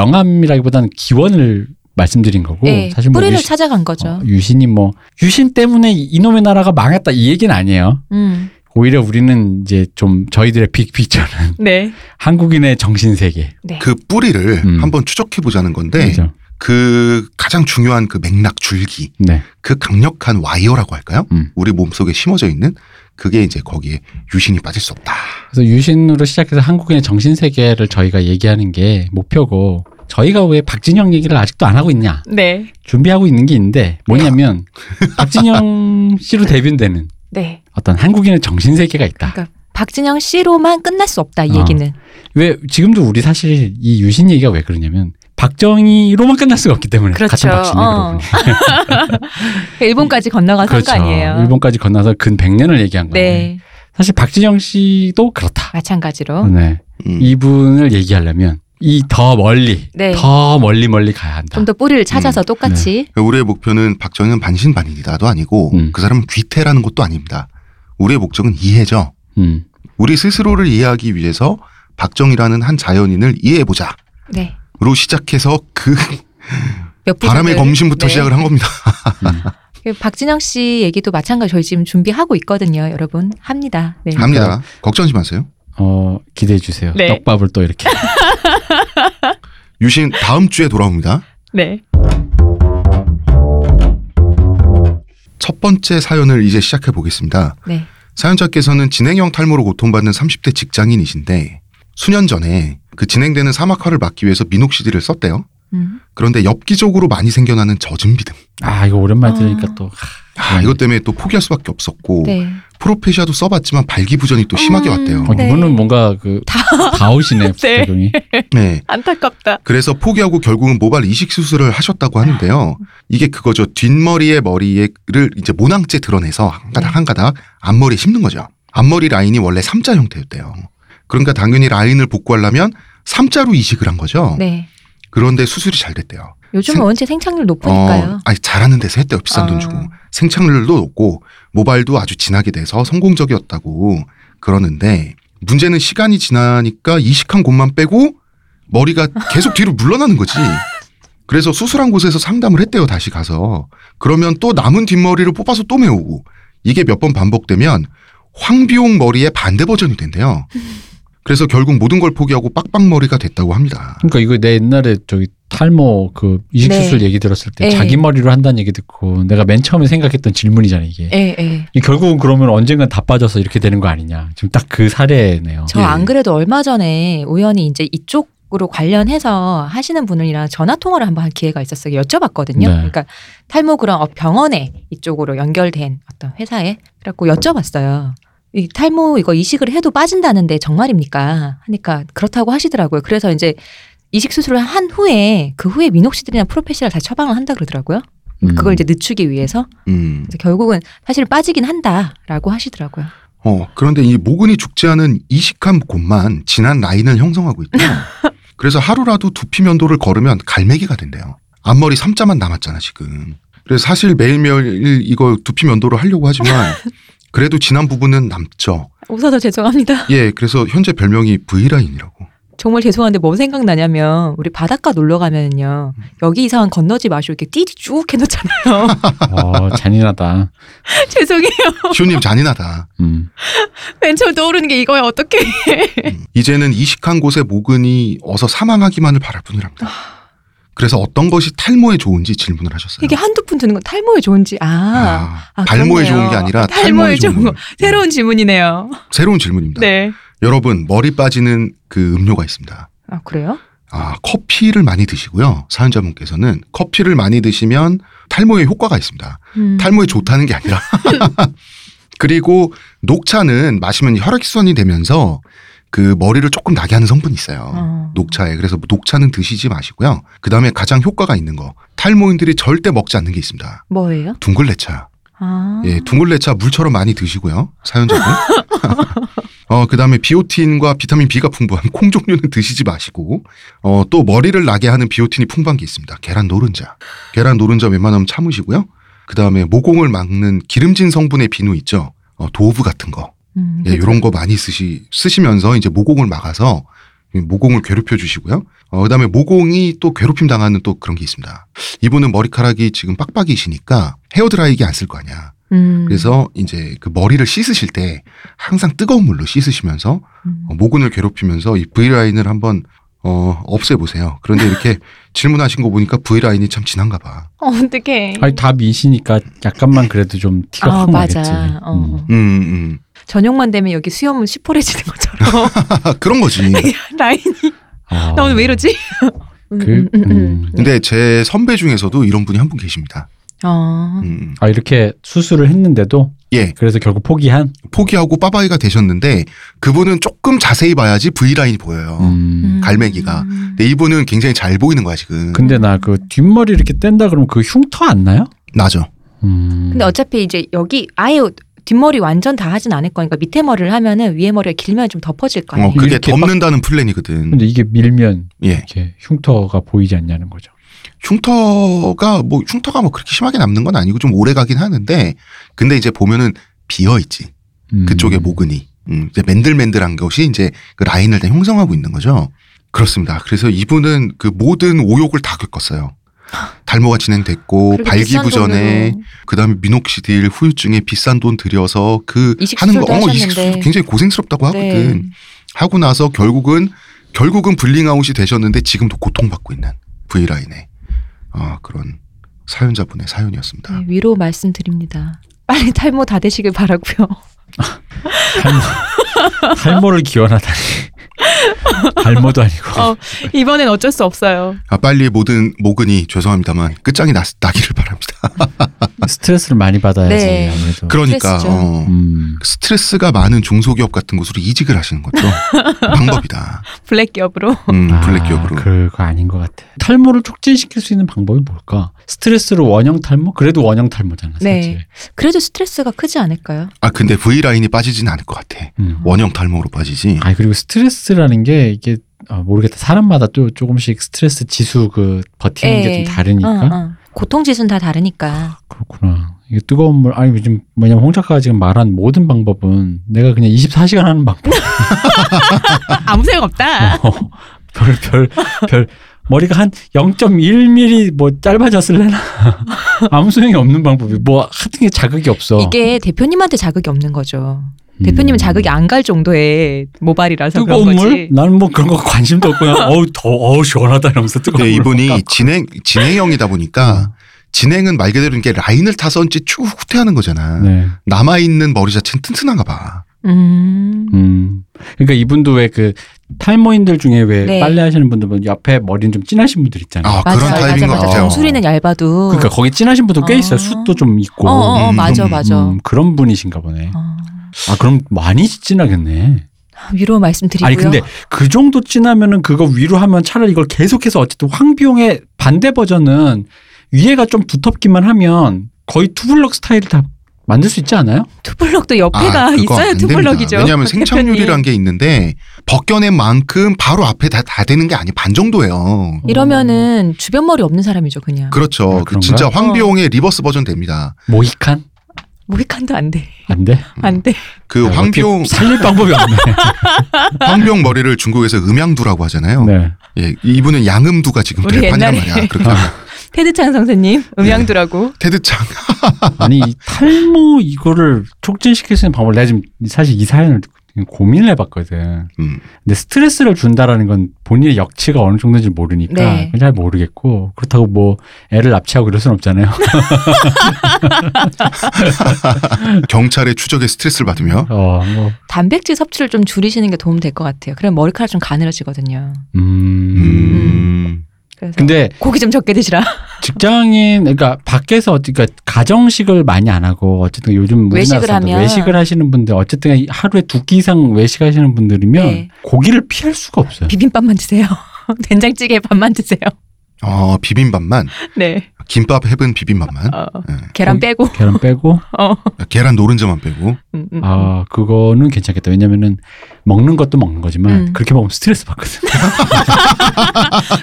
Speaker 3: 명함이라기보다는 기원을 말씀드린 거고
Speaker 2: 네.
Speaker 3: 사실 뭐
Speaker 2: 뿌리를
Speaker 3: 유신-
Speaker 2: 찾아간 거죠.
Speaker 3: 어, 유신이 뭐 유신 때문에 이놈의 나라가 망했다 이 얘기는 아니에요.
Speaker 2: 음.
Speaker 3: 오히려 우리는 이제 좀 저희들의 빅픽처는 [LAUGHS]
Speaker 2: 네.
Speaker 3: 한국인의 정신 세계.
Speaker 2: 네.
Speaker 1: 그 뿌리를
Speaker 3: 음.
Speaker 1: 한번 추적해 보자는 건데
Speaker 3: 그죠?
Speaker 1: 그 가장 중요한 그 맥락 줄기,
Speaker 3: 네.
Speaker 1: 그 강력한 와이어라고 할까요?
Speaker 3: 음.
Speaker 1: 우리 몸속에 심어져 있는 그게 이제 거기에 유신이 빠질 수 없다.
Speaker 3: 그래서 유신으로 시작해서 한국인의 정신 세계를 저희가 얘기하는 게 목표고 저희가 왜 박진영 얘기를 아직도 안 하고 있냐?
Speaker 2: 네.
Speaker 3: 준비하고 있는 게 있는데 뭐냐면 박진영 씨로 대변되는
Speaker 2: 네.
Speaker 3: 어떤 한국인의 정신 세계가 있다.
Speaker 2: 그러니까 박진영 씨로만 끝날 수 없다 이
Speaker 1: 아.
Speaker 3: 어.
Speaker 2: 얘기는.
Speaker 3: 왜 지금도 우리 사실 이 유신 얘기가 왜 그러냐면 박정희로만 끝날 수가 없기 때문에
Speaker 2: 그렇죠.
Speaker 3: 같은 박씨네
Speaker 2: 어.
Speaker 3: 그러고 보니.
Speaker 2: 그 일본까지 건너가서
Speaker 1: 그렇죠.
Speaker 2: 한 거 아니에요.
Speaker 3: 그렇죠. 일본까지 건너서 근 100년을 얘기한 건데
Speaker 2: 네.
Speaker 3: 사실 박진영 씨도 그렇다.
Speaker 2: 마찬가지로.
Speaker 3: 네.
Speaker 1: 음.
Speaker 3: 이분을 얘기하려면 이 더 멀리,
Speaker 2: 네.
Speaker 3: 더 멀리 멀리 가야 한다.
Speaker 2: 좀 더 뿌리를 찾아서
Speaker 1: 음.
Speaker 2: 똑같이.
Speaker 1: 우리의 목표는 박정희는 반신반인이다도 아니고
Speaker 3: 음.
Speaker 1: 그 사람은 귀태라는 것도 아닙니다. 우리의 목적은 이해죠.
Speaker 3: 음.
Speaker 1: 우리 스스로를 이해하기 위해서 박정희라는 한 자연인을 이해해보자.
Speaker 2: 네.
Speaker 1: 로 시작해서 그
Speaker 2: [LAUGHS] 몇
Speaker 1: 바람의
Speaker 2: 부작을-
Speaker 1: 검심부터
Speaker 2: 네.
Speaker 1: 시작을 한 겁니다.
Speaker 2: 그 박진영 씨 얘기도 마찬가지 저희 지금 준비하고 있거든요, 여러분. 합니다. 네.
Speaker 1: 합니다. 걱정하지 마세요.
Speaker 3: 어, 기대해 주세요.
Speaker 2: 네.
Speaker 3: 떡밥을 또
Speaker 2: [LAUGHS]
Speaker 3: 이렇게.
Speaker 1: 유신 다음 주에 돌아옵니다.
Speaker 2: 네.
Speaker 1: 첫 번째 사연을 이제 시작해 보겠습니다.
Speaker 2: 네.
Speaker 1: 사연자께서는 진행형 탈모로 고통받는 30대 직장인이신데 수년 전에 그 진행되는 사막화를 막기 위해서 미녹시디를 썼대요.
Speaker 2: 음.
Speaker 1: 그런데 엽기적으로 많이 생겨나는 젖은 비듬.
Speaker 3: 아, 이거 오랜만에
Speaker 2: 아.
Speaker 3: 들으니까 또 하,
Speaker 1: 아, 이것 때문에 또 포기할 수밖에 없었고
Speaker 2: 음. 네.
Speaker 1: 프로페시아도 써봤지만 발기부전이 또 심하게
Speaker 2: 음.
Speaker 1: 왔대요.
Speaker 3: 어,
Speaker 2: 네.
Speaker 3: 이분은 뭔가 그 [LAUGHS] 다오시네
Speaker 2: 네.
Speaker 3: 부작용이.
Speaker 1: 네.
Speaker 2: 안타깝다.
Speaker 1: 그래서 포기하고 결국은 모발 이식 수술을 하셨다고 하는데요. 이게 그거죠. 뒷머리의 머리를 이제 모낭째 드러내서 한 가닥 한 가닥 앞머리에 심는 거죠. 앞머리 라인이 원래 삼자 형태였대요. 그러니까 당연히 라인을 복구하려면 삼자로 이식을 한 거죠.
Speaker 2: 네.
Speaker 1: 그런데 수술이 잘 됐대요.
Speaker 2: 요즘은
Speaker 1: 생-
Speaker 2: 원체 생착률 높으니까요.
Speaker 1: 어, 아니 잘하는 데서 했대요. 비싼
Speaker 2: 아.
Speaker 1: 돈 주고 생착률도 높고 모발도 아주 진하게 돼서 성공적이었다고 그러는데 문제는 시간이 지나니까 이식한 곳만 빼고 머리가 계속 뒤로 물러나는 거지. 그래서 수술한 곳에서 상담을 했대요. 다시 가서 그러면 또 남은 뒷머리를 뽑아서 또 메우고 이게 몇 번 반복되면 황비용 머리의 반대 버전이 된대요. 그래서 결국 모든 걸 포기하고 빡빡머리가 됐다고 합니다.
Speaker 3: 그러니까 이거 내 옛날에 저기 탈모 그 이식
Speaker 2: 네.
Speaker 3: 수술 얘기 들었을 때
Speaker 2: 네.
Speaker 3: 자기 머리로 한다는 얘기 듣고 내가 맨 처음에 생각했던 질문이잖아, 이게.
Speaker 2: 예, 예.
Speaker 3: 이 결국은 그러면 언젠간 다 빠져서 이렇게 되는 거 아니냐. 지금 딱 그 사례네요.
Speaker 2: 저
Speaker 1: 예.
Speaker 2: 안 그래도 얼마 전에 우연히 이제 이쪽으로 관련해서 하시는 분이랑 전화 통화를 한번 할 기회가 있었어요. 여쭤봤거든요.
Speaker 3: 네.
Speaker 2: 그러니까 탈모 그런 어- 병원에 이쪽으로 연결된 어떤 회사에 그래갖고 여쭤봤어요. 이 탈모 이거 이식을 해도 빠진다는데 정말입니까? 하니까 그렇다고 하시더라고요. 그래서 이제 이식 수술을 한 후에 그 후에 미녹시딜이나 프로페시를 다시 처방을 한다 그러더라고요.
Speaker 3: 음.
Speaker 2: 그걸 이제 늦추기 위해서
Speaker 1: 음.
Speaker 2: 그래서 결국은 사실 빠지긴 한다라고 하시더라고요.
Speaker 1: 어, 그런데 이 모근이 죽지 않은 이식한 곳만 진한 라인을 형성하고 있고
Speaker 2: [LAUGHS]
Speaker 1: 그래서 하루라도 두피 면도를 걸으면 갈매기가 된대요. 앞머리 3자만 남았잖아, 지금. 그래서 사실 매일매일 이거 두피 면도를 하려고
Speaker 2: [LAUGHS]
Speaker 1: 하지만 그래도 진한 부분은 남죠.
Speaker 2: 웃어서 죄송합니다.
Speaker 1: 예, 그래서 현재 별명이 V라인이라고.
Speaker 2: 정말 죄송한데 뭐 생각나냐면 우리 바닷가 놀러 가면요
Speaker 1: 음.
Speaker 2: 여기 이상한 건너지 마시고 이렇게 띠리 쭉 해놓잖아요. [LAUGHS]
Speaker 3: 어, 잔인하다.
Speaker 2: 죄송해요.
Speaker 1: 시호님
Speaker 2: [LAUGHS]
Speaker 1: 잔인하다.
Speaker 3: 음.
Speaker 2: 맨 처음 떠오르는 게 이거야 어떻게? 예.
Speaker 1: 음. 이제는 이식한 곳의 모근이 어서 사망하기만을 바라보느랍니다. 그래서 어떤 것이 탈모에 좋은지 질문을 하셨어요.
Speaker 2: 이게 한두 푼 드는 건 탈모에 좋은지 아,
Speaker 1: 아, 네.
Speaker 2: 아,
Speaker 1: 발모에
Speaker 2: 그렇네요.
Speaker 1: 좋은 게 아니라
Speaker 2: 탈모에
Speaker 1: 탈모에
Speaker 2: 좋은
Speaker 1: 좋은
Speaker 2: 거.
Speaker 1: 거.
Speaker 2: 새로운 질문이네요.
Speaker 1: 새로운 질문입니다.
Speaker 2: 네.
Speaker 1: 여러분 머리 빠지는 그 음료가 있습니다.
Speaker 2: 아 그래요?
Speaker 1: 아 커피를 많이 드시고요. 사연자분께서는 커피를 많이 드시면 탈모에 효과가 있습니다.
Speaker 2: 음.
Speaker 1: 탈모에 좋다는 게
Speaker 2: [LAUGHS]
Speaker 1: 아니라 [LAUGHS] 그리고 녹차는 마시면 혈액순환이 되면서 그 머리를 조금 나게 하는 성분이 있어요.
Speaker 2: 어.
Speaker 1: 녹차에 그래서 녹차는 드시지 마시고요. 그 다음에 가장 효과가 있는 거 탈모인들이 절대 먹지 않는 게 있습니다.
Speaker 2: 뭐예요?
Speaker 1: 둥글레차.
Speaker 2: 아.
Speaker 1: 예, 둥글레차 물처럼 많이 드시고요. 사연자분. [LAUGHS] 어, 그다음에 비오틴과 비타민 B가 풍부한 콩 종류는 드시지 마시고 어, 또 머리를 나게 하는 비오틴이 풍부한 게 있습니다. 계란 노른자. 계란 노른자 웬만하면 참으시고요. 그다음에 모공을 막는 기름진 성분의 비누 있죠. 어, 도브 같은 거.
Speaker 2: 음,
Speaker 1: 예, 요런 거 많이 쓰시 쓰시면서 이제 모공을 막아서 이 모공을 괴롭혀 주시고요. 어, 그다음에 모공이 또 괴롭힘 당하는 또 그런 게 있습니다. 이분은 머리카락이 지금 빡빡이시니까 헤어 드라이기 안 쓸 거 아니야.
Speaker 2: 음.
Speaker 1: 그래서 이제 그 머리를 씻으실 때 항상 뜨거운 물로 씻으시면서
Speaker 2: 음.
Speaker 1: 어, 모근을 괴롭히면서 이 V 라인을 한번 어, 없애보세요. 그런데 이렇게 질문하신 거 보니까 V 라인이 참 진한가 봐.
Speaker 2: 어, 어떡해.
Speaker 3: 아니 다 미시니까 약간만 그래도 좀 티가
Speaker 2: 뭐. 아,
Speaker 3: 확
Speaker 2: 맞아.
Speaker 3: 나겠지.
Speaker 2: 어.
Speaker 1: 음,
Speaker 3: 음.
Speaker 1: 음.
Speaker 2: 저녁만 되면 여기 수염은 시퍼레지는 것처럼 [LAUGHS]
Speaker 1: 아, 그런 거지.
Speaker 2: 라인.
Speaker 3: 아.
Speaker 2: 나 오늘 왜 이러지?
Speaker 3: 그,
Speaker 2: 음, 음, 음, 음.
Speaker 3: 음.
Speaker 1: 근데 제 선배 중에서도 이런 분이 한 분 계십니다.
Speaker 2: 어.
Speaker 1: 음.
Speaker 3: 아 이렇게 수술을 했는데도
Speaker 1: 예.
Speaker 3: 그래서 결국 포기한.
Speaker 1: 포기하고 빠바이가 되셨는데 그분은 조금 자세히 봐야지 V 라인이 보여요.
Speaker 3: 음.
Speaker 1: 갈매기가.
Speaker 2: 음.
Speaker 1: 근데 이분은 굉장히 잘 보이는 거야 지금.
Speaker 3: 근데 나 그 뒷머리 이렇게 뗀다 그러면 그 흉터 안 나요?
Speaker 1: 나죠.
Speaker 3: 음.
Speaker 2: 근데 어차피 이제 여기 아예 뒷머리 완전 다 하진 않을 거니까 밑에 머리를 하면은 위에 머리가 길면 좀 덮어질 거
Speaker 1: 어,
Speaker 2: 아니에요.
Speaker 1: 그게
Speaker 3: 이렇게
Speaker 1: 덮는다는 플랜이거든.
Speaker 3: 근데 이게 밀면
Speaker 1: 예.
Speaker 3: 이렇게 흉터가 보이지 않냐는 거죠.
Speaker 1: 흉터가 뭐 흉터가 뭐 그렇게 심하게 남는 건 아니고 좀 오래 가긴 하는데 근데 이제 보면은 비어 있지
Speaker 3: 음.
Speaker 1: 그쪽에 모근이 음, 이제 맨들맨들한 것이 이제 그 라인을 다 형성하고 있는 거죠. 그렇습니다. 그래서 이분은 그 모든 오욕을 다 겪었어요. 달모가 진행됐고
Speaker 2: 그리고 비싼
Speaker 1: 어, 발기부전에
Speaker 2: 돈으로.
Speaker 1: 그다음에 미녹시딜 후유증에 비싼 돈 들여서 그
Speaker 2: 이식술도
Speaker 1: 하는 거 어,
Speaker 2: 하셨는데.
Speaker 1: 이식술 굉장히 고생스럽다고 뭐 하거든.
Speaker 2: 네.
Speaker 1: 하고 나서 결국은 결국은 블링아웃이 되셨는데 지금도 고통받고 있는 V 라인의 아, 그런 사연자분의 사연이었습니다.
Speaker 2: 네, 위로 말씀드립니다. [LAUGHS] 빨리 탈모 다 되시길 바라고요. [LAUGHS]
Speaker 3: 탈모, 를
Speaker 2: [LAUGHS]
Speaker 3: 기원하다니. [LAUGHS] 탈모도 아니고.
Speaker 2: 어. 이번엔 어쩔 수 없어요.
Speaker 1: 아, 빨리 모든 모근이 죄송합니다만 끝장이 나, 나기를
Speaker 3: 아,
Speaker 1: 바랍니다.
Speaker 3: 스트레스를 많이 받아야지
Speaker 2: 네.
Speaker 3: 아무래도.
Speaker 1: 그러니까
Speaker 2: 스트레스죠.
Speaker 1: 어,
Speaker 3: 음.
Speaker 1: 스트레스가 많은 중소기업 같은 곳으로 이직을 하시는
Speaker 3: [LAUGHS]
Speaker 1: 것도 방법이다.
Speaker 2: 블랙 기업으로.
Speaker 1: 음, 블랙
Speaker 3: 아,
Speaker 1: 기업으로.
Speaker 3: 그거 아닌 것 같아. 탈모를 촉진시킬 수 있는 방법이 뭘까? 스트레스로 원형 탈모? 그래도 원형 탈모잖아,
Speaker 2: 네.
Speaker 3: 사실.
Speaker 2: 그래도 스트레스가 크지 않을까요?
Speaker 1: 아 근데 V 라인이 빠지진 않을 것 같아.
Speaker 3: 음.
Speaker 1: 원형 탈모로 빠지지.
Speaker 3: 아 그리고 스트레스라는 게 이게 아, 모르겠다. 사람마다 또 조금씩 스트레스 지수 그 버티는 게
Speaker 2: 예.
Speaker 3: 좀
Speaker 1: 그러니까.
Speaker 3: 다르니까.
Speaker 2: 어, 어. 고통 지수는 다 다르니까.
Speaker 3: 그렇구나. 이게 뜨거운 물 아니 요즘 뭐냐면 홍 작가가 지금 말한 모든 방법은 내가 그냥 24시간
Speaker 2: [LAUGHS]
Speaker 3: 하는 방법.
Speaker 2: 아무 생각 없다.
Speaker 3: 별별 별 머리가 한 0.1mm 뭐 짧아졌을래나 [LAUGHS] 아무 소용이 없는 방법이 뭐 하여튼 게 자극이 없어.
Speaker 2: 이게 대표님한테 자극이 없는 거죠. 대표님은
Speaker 3: 음.
Speaker 2: 자극이 안 갈 정도의 모발이라서 그런
Speaker 3: 뜨거운
Speaker 2: 거지.
Speaker 3: 물? 나는 뭐 그런 거
Speaker 2: [LAUGHS]
Speaker 3: 관심도 없고 그냥 어우 더 어우 시원하다 네, 이러면서 뜨거운
Speaker 1: 근데
Speaker 3: 물.
Speaker 1: 이분이 진행 진행형이다
Speaker 3: 음.
Speaker 1: 보니까 진행은 말 그대로 이게 라인을 타서 이제 쭉 후퇴하는 거잖아.
Speaker 3: 네.
Speaker 1: 남아 있는 머리 자체는 튼튼한가 봐.
Speaker 2: 음.
Speaker 3: 음. 그러니까 이분도 왜 그 탈모인들 중에 왜
Speaker 2: 네.
Speaker 3: 빨래 하시는 분들 보면 옆에 머리는 좀 진하신 분들 있잖아요.
Speaker 1: 아
Speaker 2: 맞아,
Speaker 1: 그런
Speaker 2: 맞아,
Speaker 1: 타입인 것
Speaker 2: 맞아.
Speaker 1: 같아요.
Speaker 2: 정수리는 얇아도.
Speaker 3: 그러니까 거기 진하신 분도 꽤
Speaker 2: 아.
Speaker 3: 있어요. 숱도 좀 있고.
Speaker 2: 어, 어, 어,
Speaker 1: 음,
Speaker 2: 맞아,
Speaker 1: 음,
Speaker 2: 맞아.
Speaker 3: 음, 그런 분이신가 보네.
Speaker 2: 어.
Speaker 3: 아, 그럼 많이 진하겠네.
Speaker 2: 위로 말씀드리고요.
Speaker 3: 아니, 근데 그 정도 진하면은 그거 위로 하면 차라리 이걸 계속해서 어쨌든 황비용의 반대 버전은 위에가 좀 두텁기만 하면 거의 투블럭 스타일 다 만들 수 있지 않아요?
Speaker 2: 투블럭도 옆에가
Speaker 1: 아, 그거
Speaker 2: 있어야
Speaker 1: 안
Speaker 2: 투블럭이죠.
Speaker 1: 됩니다. 왜냐하면
Speaker 2: [LAUGHS] 대표님.
Speaker 1: 생착률이란 게 있는데 벗겨낸 만큼 바로 앞에 다, 다 되는 게 아니 반 정도예요.
Speaker 2: 이러면은 주변 머리 없는 사람이죠, 그냥.
Speaker 1: 그렇죠.
Speaker 2: 어.
Speaker 3: 아,
Speaker 1: 그
Speaker 3: 그런가?
Speaker 1: 진짜 황비용의 리버스 버전 됩니다.
Speaker 3: 모이칸?
Speaker 2: 모이칸도 안 돼.
Speaker 3: 안 돼?
Speaker 2: 안 돼.
Speaker 1: 그
Speaker 3: 아,
Speaker 1: 황병
Speaker 3: 어떻게 살릴 방법이 없네.
Speaker 1: [LAUGHS] 황병 머리를 중국에서 음양두라고 하잖아요.
Speaker 3: 네.
Speaker 1: 예, 이분은 양음두가 지금
Speaker 2: 우리
Speaker 1: 대판이란
Speaker 2: 옛날에
Speaker 1: 말이야.
Speaker 3: 아.
Speaker 1: 그렇게 하면.
Speaker 2: 테드창 선생님 음양두라고.
Speaker 1: 테드창 [LAUGHS]
Speaker 3: 아니 이 탈모 이거를 촉진시킬 수 있는 방법을 내가 지금 사실 이 사연을 고민을 해봤거든.
Speaker 1: 음.
Speaker 3: 근데 스트레스를 준다라는 건 본인의 역치가 어느 정도인지 모르니까
Speaker 2: 네.
Speaker 3: 잘 모르겠고 그렇다고 뭐 애를 납치하고 이럴 순 없잖아요. [LAUGHS]
Speaker 1: 경찰의 추적에 스트레스를 받으며
Speaker 3: 어, 뭐,
Speaker 2: 단백질 섭취를 좀 줄이시는 게 도움 될 것 같아요. 그럼 머리카락 좀 가늘어지거든요.
Speaker 3: 음.
Speaker 1: 음.
Speaker 2: 그래서
Speaker 3: 근데
Speaker 2: 고기 좀 적게 드시라. [LAUGHS]
Speaker 3: 직장인 그러니까 밖에서 어떻게 그러니까 가정식을 많이 안 하고 어쨌든 요즘 우리나라
Speaker 2: 외식을
Speaker 3: 사람들
Speaker 2: 하면.
Speaker 3: 외식을 하시는 분들 어쨌든 하루에 두 끼 이상 외식하시는 분들이면
Speaker 2: 네.
Speaker 3: 고기를 피할 수가 없어요.
Speaker 2: 비빔밥만 드세요. [LAUGHS] 된장찌개 밥만 드세요. [LAUGHS]
Speaker 1: 어, 비빔밥만
Speaker 2: 네.
Speaker 1: 김밥 해븐
Speaker 2: [LAUGHS]
Speaker 1: 비빔밥만
Speaker 2: 어,
Speaker 1: 네.
Speaker 2: 계란
Speaker 3: 고기-
Speaker 2: 빼고.
Speaker 3: 계란 빼고
Speaker 2: 어.
Speaker 1: 계란 노른자만 빼고
Speaker 2: 음, 음.
Speaker 3: 아 그거는 괜찮겠다. 왜냐면은 먹는 것도 먹는 거지만
Speaker 2: 음.
Speaker 3: 그렇게 먹으면 스트레스 받거든.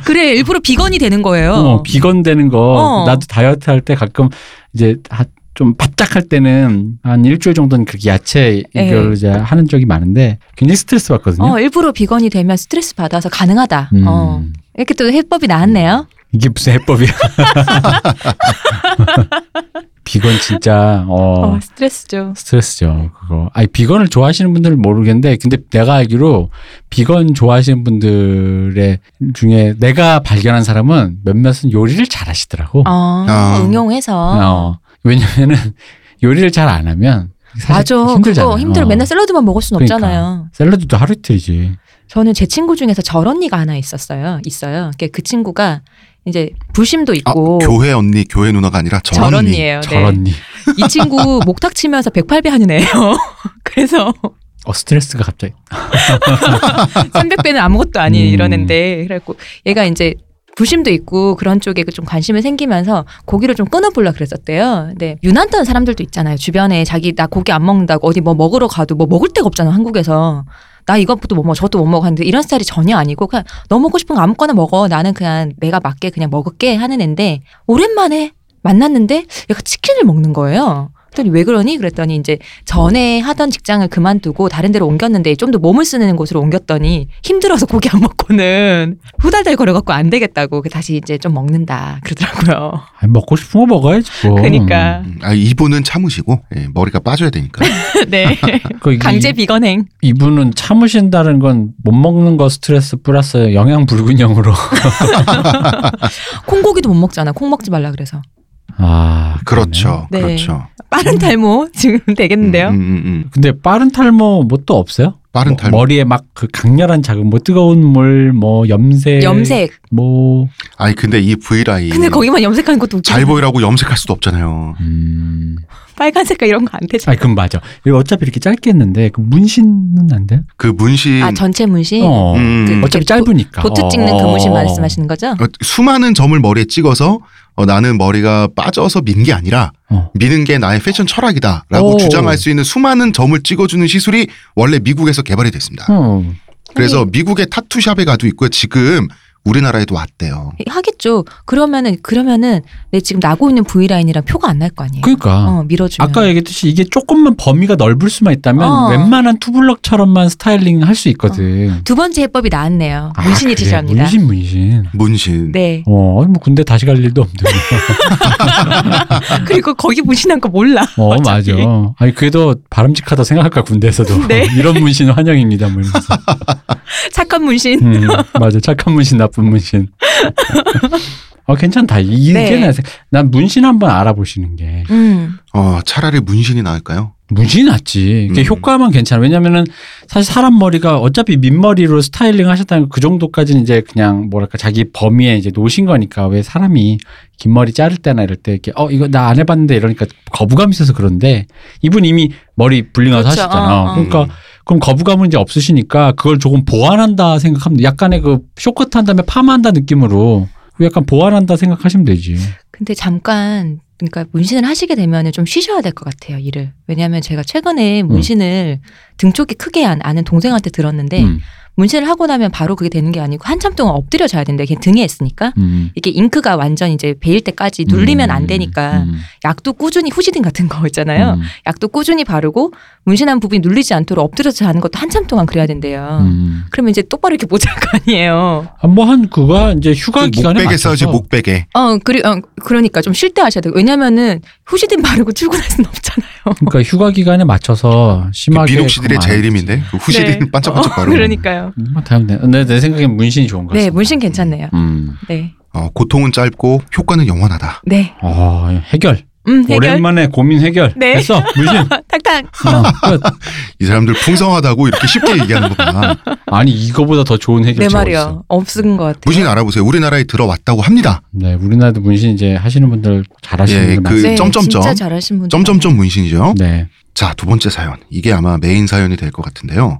Speaker 2: 그래 일부러 비건이 되는 거예요.
Speaker 3: 어, [LAUGHS] 비건 되는 거
Speaker 2: 어.
Speaker 3: 나도 다이어트 할 때 가끔 이제 하- 좀 바짝할 때는 한 일주일 정도는 그렇게 야채 이걸
Speaker 2: 네.
Speaker 3: 이제 하는 적이 많은데 굉장히 스트레스 받거든요.
Speaker 2: 어, 일부러 비건이 되면 스트레스 받아서 가능하다.
Speaker 3: 음.
Speaker 2: 어. 이렇게 또 해법이 나왔네요.
Speaker 3: 이게
Speaker 2: [LAUGHS]
Speaker 3: 무슨 해법이야? 비건 진짜 어,
Speaker 2: 어, 스트레스죠.
Speaker 3: 스트레스죠. 그거. 아니 비건을 좋아하시는 분들은 모르겠는데 근데 내가 알기로 비건 좋아하시는 분들의 중에 내가 발견한 사람은 몇몇은 요리를 잘하시더라고.
Speaker 2: 어,
Speaker 1: 아.
Speaker 2: 응용해서.
Speaker 3: 어, 왜냐면은 요리를 잘 안 하면 사실
Speaker 2: 맞아.
Speaker 3: 힘들잖아요.
Speaker 2: 그거 힘들어.
Speaker 3: 어.
Speaker 2: 맨날 네. 샐러드만 먹을 순
Speaker 3: 그러니까.
Speaker 2: 없잖아요.
Speaker 3: 샐러드도 하루 이틀이지.
Speaker 2: 저는 제 친구 중에서 절 언니가 하나 있었어요. 있어요. 그러니까 그 친구가 이제 불심도
Speaker 1: 아,
Speaker 2: 있고
Speaker 1: 교회 언니 교회 누나가 아니라 절 언니
Speaker 2: 절언니예요. 네.
Speaker 3: 저런니.
Speaker 2: 이
Speaker 3: [LAUGHS]
Speaker 2: 친구 목탁 치면서 108배 한이네요. [LAUGHS] 그래서
Speaker 3: 어 스트레스가 갑자기.
Speaker 2: 300배는 아무것도 아닌
Speaker 3: 음.
Speaker 2: 이러는데 그래갖고 얘가 이제 부심도 있고 그런 쪽에 좀 관심이 생기면서 고기를 좀 끊어보려 그랬었대요. 근데 유난떤 사람들도 있잖아요. 주변에 자기 나 고기 안 먹는다고 어디 뭐 먹으러 가도 뭐 먹을 데가 없잖아 한국에서. 나 이것도 못 먹어 저것도 못 먹어 하는데 이런 스타일이 전혀 아니고 그냥 너 먹고 싶은 거 아무거나 먹어 나는 그냥 내가 맞게 그냥 먹을게 하는 애인데 오랜만에 만났는데 얘가 치킨을 먹는 거예요. 그랬더니 왜 그러니? 그랬더니 이제 전에 하던 직장을 그만두고 다른 데로 옮겼는데 좀 더 몸을 쓰는 곳으로 옮겼더니 힘들어서 고기 안 먹고는 후달달 거려갖고 안 되겠다고 그 다시 이제 좀 먹는다 그러더라고요.
Speaker 3: 아니, 먹고 싶은 거 먹어야지. 뭐.
Speaker 1: [LAUGHS]
Speaker 2: 그러니까
Speaker 1: 음, 아, 이분은 참으시고 예, 머리가 빠져야 되니까 아,
Speaker 2: 네
Speaker 3: 그 이-
Speaker 2: 강제 비건행.
Speaker 3: 이분은 참으신다는 건 못 먹는 거 스트레스 플러스 영양 불균형으로.
Speaker 2: 콩고기도 못 먹잖아. 콩 먹지 말라 그래서
Speaker 3: 아,
Speaker 1: 그렇죠
Speaker 2: 네.
Speaker 1: 그렇죠
Speaker 2: 빠른 탈모 지금 [LAUGHS] 되겠는데요.
Speaker 1: 음, 음, 음, 음.
Speaker 3: 근데 빠른 탈모 뭐 또 없어요?
Speaker 1: 빠른
Speaker 3: 뭐
Speaker 1: 탈모
Speaker 3: 머리에 막 그 강렬한 자극, 뭐 뜨거운 물, 뭐 염색,
Speaker 1: 음.
Speaker 2: 염색.
Speaker 3: 뭐
Speaker 1: 아니 근데 이 브이라인
Speaker 2: 근데 거기만 염색하는 것도 웃기잖아.
Speaker 1: 네. 잘 보이라고 염색할 수도 없잖아요
Speaker 3: 음.
Speaker 2: 빨간 색깔 이런 거 안 되지.
Speaker 3: 아, 그건 맞아. 이거 어차피 이렇게 짧게 했는데 그 문신은 안 돼요?
Speaker 1: 그 문신
Speaker 2: 아 전체 문신.
Speaker 3: 어.
Speaker 1: 음,
Speaker 2: 그-
Speaker 3: 어차피 짧으니까.
Speaker 2: 도트 찍는 그 문신 말씀하시는 거죠?
Speaker 1: 어, 수많은 점을 머리에 찍어서 어, 나는 머리가 빠져서 민 게 아니라
Speaker 3: 어.
Speaker 1: 미는 게 나의 패션 철학이다라고
Speaker 3: 오.
Speaker 1: 주장할 수 있는 수많은 점을 찍어주는 시술이 원래 미국에서 개발이 됐습니다.
Speaker 2: 음.
Speaker 3: 어.
Speaker 1: 그래서 미국의 타투샵에 가도 있고요. 지금 우리나라에도 왔대요.
Speaker 2: 하겠죠. 그러면은 그러면은 내 지금 나고 있는 V 라인이랑 표가 안 날 거 아니에요.
Speaker 3: 그러니까.
Speaker 2: 어, 밀어주면.
Speaker 3: 아까 얘기했듯이 이게 조금만 범위가 넓을 수만 있다면
Speaker 2: 어.
Speaker 3: 웬만한 투블럭처럼만 스타일링 할 수 있거든.
Speaker 2: 두 번째 해법이 나왔네요.
Speaker 3: 아,
Speaker 2: 문신이
Speaker 3: 그래.
Speaker 2: 드셔합니다.
Speaker 3: 문신 문신.
Speaker 1: 문신.
Speaker 2: 네.
Speaker 3: 어, 아니, 뭐 군대 다시 갈 일도
Speaker 2: [LAUGHS]
Speaker 3: 없는데.
Speaker 2: 아, 그리고 거기 문신한 거 몰라. [LAUGHS]
Speaker 3: 어,
Speaker 2: 어차피.
Speaker 3: 맞아. 아니, 그래도 바람직하다 생각할까, 군대에서도.
Speaker 2: 네.
Speaker 3: [LAUGHS] 이런 문신 환영입니다,
Speaker 2: [LAUGHS]
Speaker 3: 뭐 이러면서.
Speaker 2: 착한 문신.
Speaker 3: 음, 맞아. 착한 문신, 나쁜
Speaker 2: [LAUGHS]
Speaker 3: 문신. 어, 괜찮다. 이게
Speaker 2: 네.
Speaker 3: 나, 난 문신 한번 알아보시는 게.
Speaker 2: 음.
Speaker 1: 어, 차라리 문신이 나을까요?
Speaker 3: 문신이 낫지. 이게
Speaker 1: 음.
Speaker 3: 효과만 괜찮아. 왜냐면은 사실 사람 머리가 어차피 민머리로 스타일링 하셨다는 그 정도까지는 이제 그냥 뭐랄까 자기 범위에 이제 놓으신 거니까 왜 사람이 긴 머리 자를 때나 이럴 때 이렇게 어, 이거 나 안 해봤는데 이러니까 거부감 있어서 그런데 이분 이미 머리 불링해서
Speaker 2: 그렇죠.
Speaker 3: 하셨잖아.
Speaker 2: 어, 어.
Speaker 3: 그러니까
Speaker 1: 음.
Speaker 3: 그럼 거부감은 이제 없으시니까 그걸 조금 보완한다 생각하면 돼. 약간의 그 쇼커트 한 다음에 파마한다 느낌으로 약간 보완한다 생각하시면 되지.
Speaker 2: 근데 잠깐 그러니까 문신을 하시게 되면은 좀 쉬셔야 될 것 같아요
Speaker 3: 음.
Speaker 2: 일을. 왜냐하면 제가 최근에 문신을 등쪽이 크게 한 아는 동생한테 들었는데
Speaker 3: 음.
Speaker 2: 문신을 하고 나면 바로 그게 되는 게 아니고 한참 동안 엎드려 자야 된다. 이게 등에 있으니까.
Speaker 3: 음.
Speaker 2: 이게 잉크가 완전 이제 배일 때까지 눌리면 안
Speaker 3: 음.
Speaker 2: 되니까 약도 꾸준히 후지딘 같은 [LAUGHS] 거 있잖아요. 약도 꾸준히 바르고 문신한 부분이 눌리지 않도록 엎드려서 자는 것도 한참 동안 그래야
Speaker 3: 음.
Speaker 2: 된대요.
Speaker 1: 음.
Speaker 2: 그러면 이제 똑바로 이렇게 못 잘 거 아니에요.
Speaker 3: 뭐한 그가 이제 휴가 기간에
Speaker 1: 목베개 써야지
Speaker 3: 맞춰서
Speaker 1: 목베개.
Speaker 2: 어, 그리, 어, 그러니까 좀 쉴 때 하셔야 돼요. 왜냐면은 후시딘 바르고 출근할 순 없잖아요.
Speaker 3: [LAUGHS] 그러니까 휴가 기간에 맞춰서 심하게
Speaker 1: 미녹시딜의
Speaker 3: 그만.
Speaker 1: 제이름인데 후시딘
Speaker 2: 네.
Speaker 1: 반짝반짝 바르고
Speaker 2: 그러니까요.
Speaker 3: 음, 다행이네. 근데 내 생각엔 문신이 좋은 것
Speaker 2: 네,
Speaker 3: 같습니다.
Speaker 2: 문신 괜찮네요.
Speaker 3: 음.
Speaker 2: 네.
Speaker 1: 어, 고통은 짧고 효과는 영원하다.
Speaker 2: 네.
Speaker 3: 아 해결.
Speaker 2: 음, 해결.
Speaker 3: 오랜만에 고민 해결.
Speaker 2: 네.
Speaker 3: 됐어
Speaker 2: [LAUGHS]
Speaker 3: 문신.
Speaker 2: 탁탁.
Speaker 3: 어, 끝.
Speaker 1: 이 사람들 풍성하다고 이렇게 쉽게 얘기하는 거구나.
Speaker 3: 아니 이거보다 더 좋은 해결
Speaker 2: 내
Speaker 3: 제가 어딨어.
Speaker 2: 네 말이요. 없은 것 같아요.
Speaker 1: 문신 알아보세요. 우리나라에 들어왔다고 합니다.
Speaker 3: 네, 우리나라도 문신 이제 하시는 분들 잘하시는
Speaker 1: 예,
Speaker 3: 분들
Speaker 1: 그-
Speaker 3: 많습니다.
Speaker 1: 점점점.
Speaker 2: 네, 진짜 잘하신 분.
Speaker 1: 점점점 문신이죠.
Speaker 3: 네.
Speaker 1: 자, 두 번째 사연. 이게 아마 메인 사연이 될 것 같은데요.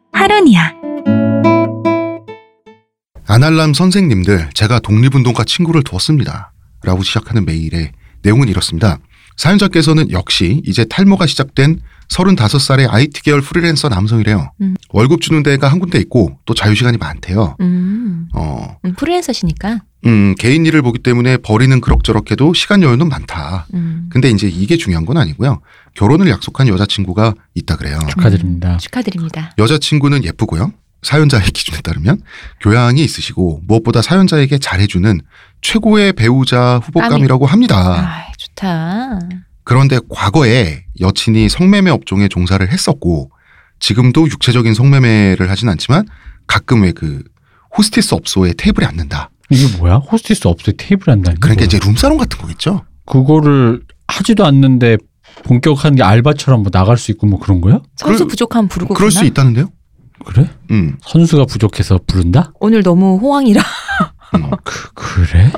Speaker 5: 하루니아
Speaker 1: 아날람 선생님들, 제가 독립운동가 친구를 두었습니다. 라고 시작하는 메일에 내용은 이렇습니다. 사연자께서는 역시 이제 탈모가 시작된 35살의 IT 계열 프리랜서 남성이래요.
Speaker 2: 음.
Speaker 1: 월급 주는 데가 한 군데 있고 또 자유시간이 많대요.
Speaker 2: 음,
Speaker 1: 어,
Speaker 2: 음, 프리랜서시니까.
Speaker 1: 음, 개인 일을 보기 때문에 버리는 그럭저럭 해도 시간 여유는 많다.
Speaker 2: 음.
Speaker 1: 근데 이제 이게 중요한 건 아니고요. 결혼을 약속한 여자친구가 있다 그래요. 아.
Speaker 3: 축하드립니다.
Speaker 2: 축하드립니다.
Speaker 1: 여자친구는 예쁘고요. 사연자의 기준에 따르면 교양이 있으시고 무엇보다 사연자에게 잘해주는 최고의 배우자 후보감이라고 합니다.
Speaker 2: 아, 좋다.
Speaker 1: 그런데 과거에 여친이 성매매 업종에 종사를 했었고 지금도 육체적인 성매매를 하진 않지만 가끔 왜 그 호스티스 업소에 테이블에 앉는다.
Speaker 3: 이게 뭐야? 호스티스 업소에 테이블 한다니.
Speaker 1: 그러니까
Speaker 3: 뭐야?
Speaker 1: 이제 룸사롱 같은 거겠죠.
Speaker 3: 그거를 하지도 않는데 본격하는 게 알바처럼 뭐 나갈 수 있고 뭐 그런 거야?
Speaker 2: 선수
Speaker 1: 그럴-
Speaker 2: 부족함 부르고
Speaker 1: 그럴 수
Speaker 2: 그러나?
Speaker 1: 있다는데요.
Speaker 3: 그래?
Speaker 1: [LAUGHS] 음.
Speaker 3: 선수가 부족해서 부른다?
Speaker 2: 오늘 너무 호황이라
Speaker 1: 음.
Speaker 3: 그, 그래?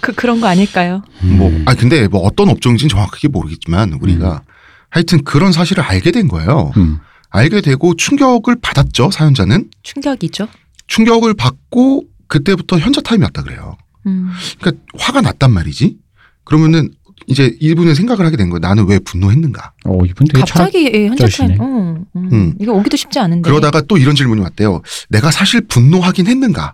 Speaker 2: 그 그런 거 아닐까요?
Speaker 1: 뭐,
Speaker 3: 음.
Speaker 1: 아 근데 뭐 어떤 업종인지는 정확하게 모르겠지만 우리가 하여튼 그런 사실을 알게 된 거예요.
Speaker 3: 음.
Speaker 1: 알게 되고 충격을 받았죠 사연자는
Speaker 2: 충격이죠.
Speaker 1: 충격을 받고 그때부터 현자 타임이 왔다 그래요.
Speaker 2: 음.
Speaker 1: 그러니까 화가 났단 말이지. 그러면은 이제 이분은 생각을 하게 된 거예요. 나는 왜 분노했는가?
Speaker 3: 어, 이분 되게 철학.
Speaker 2: 갑자기 예, 현자
Speaker 3: 절실해.
Speaker 2: 타임. 어, 음.
Speaker 1: 음.
Speaker 2: 이거 오기도 쉽지 않은데.
Speaker 1: 그러다가 또 이런 질문이 왔대요. 내가 사실 분노하긴 했는가?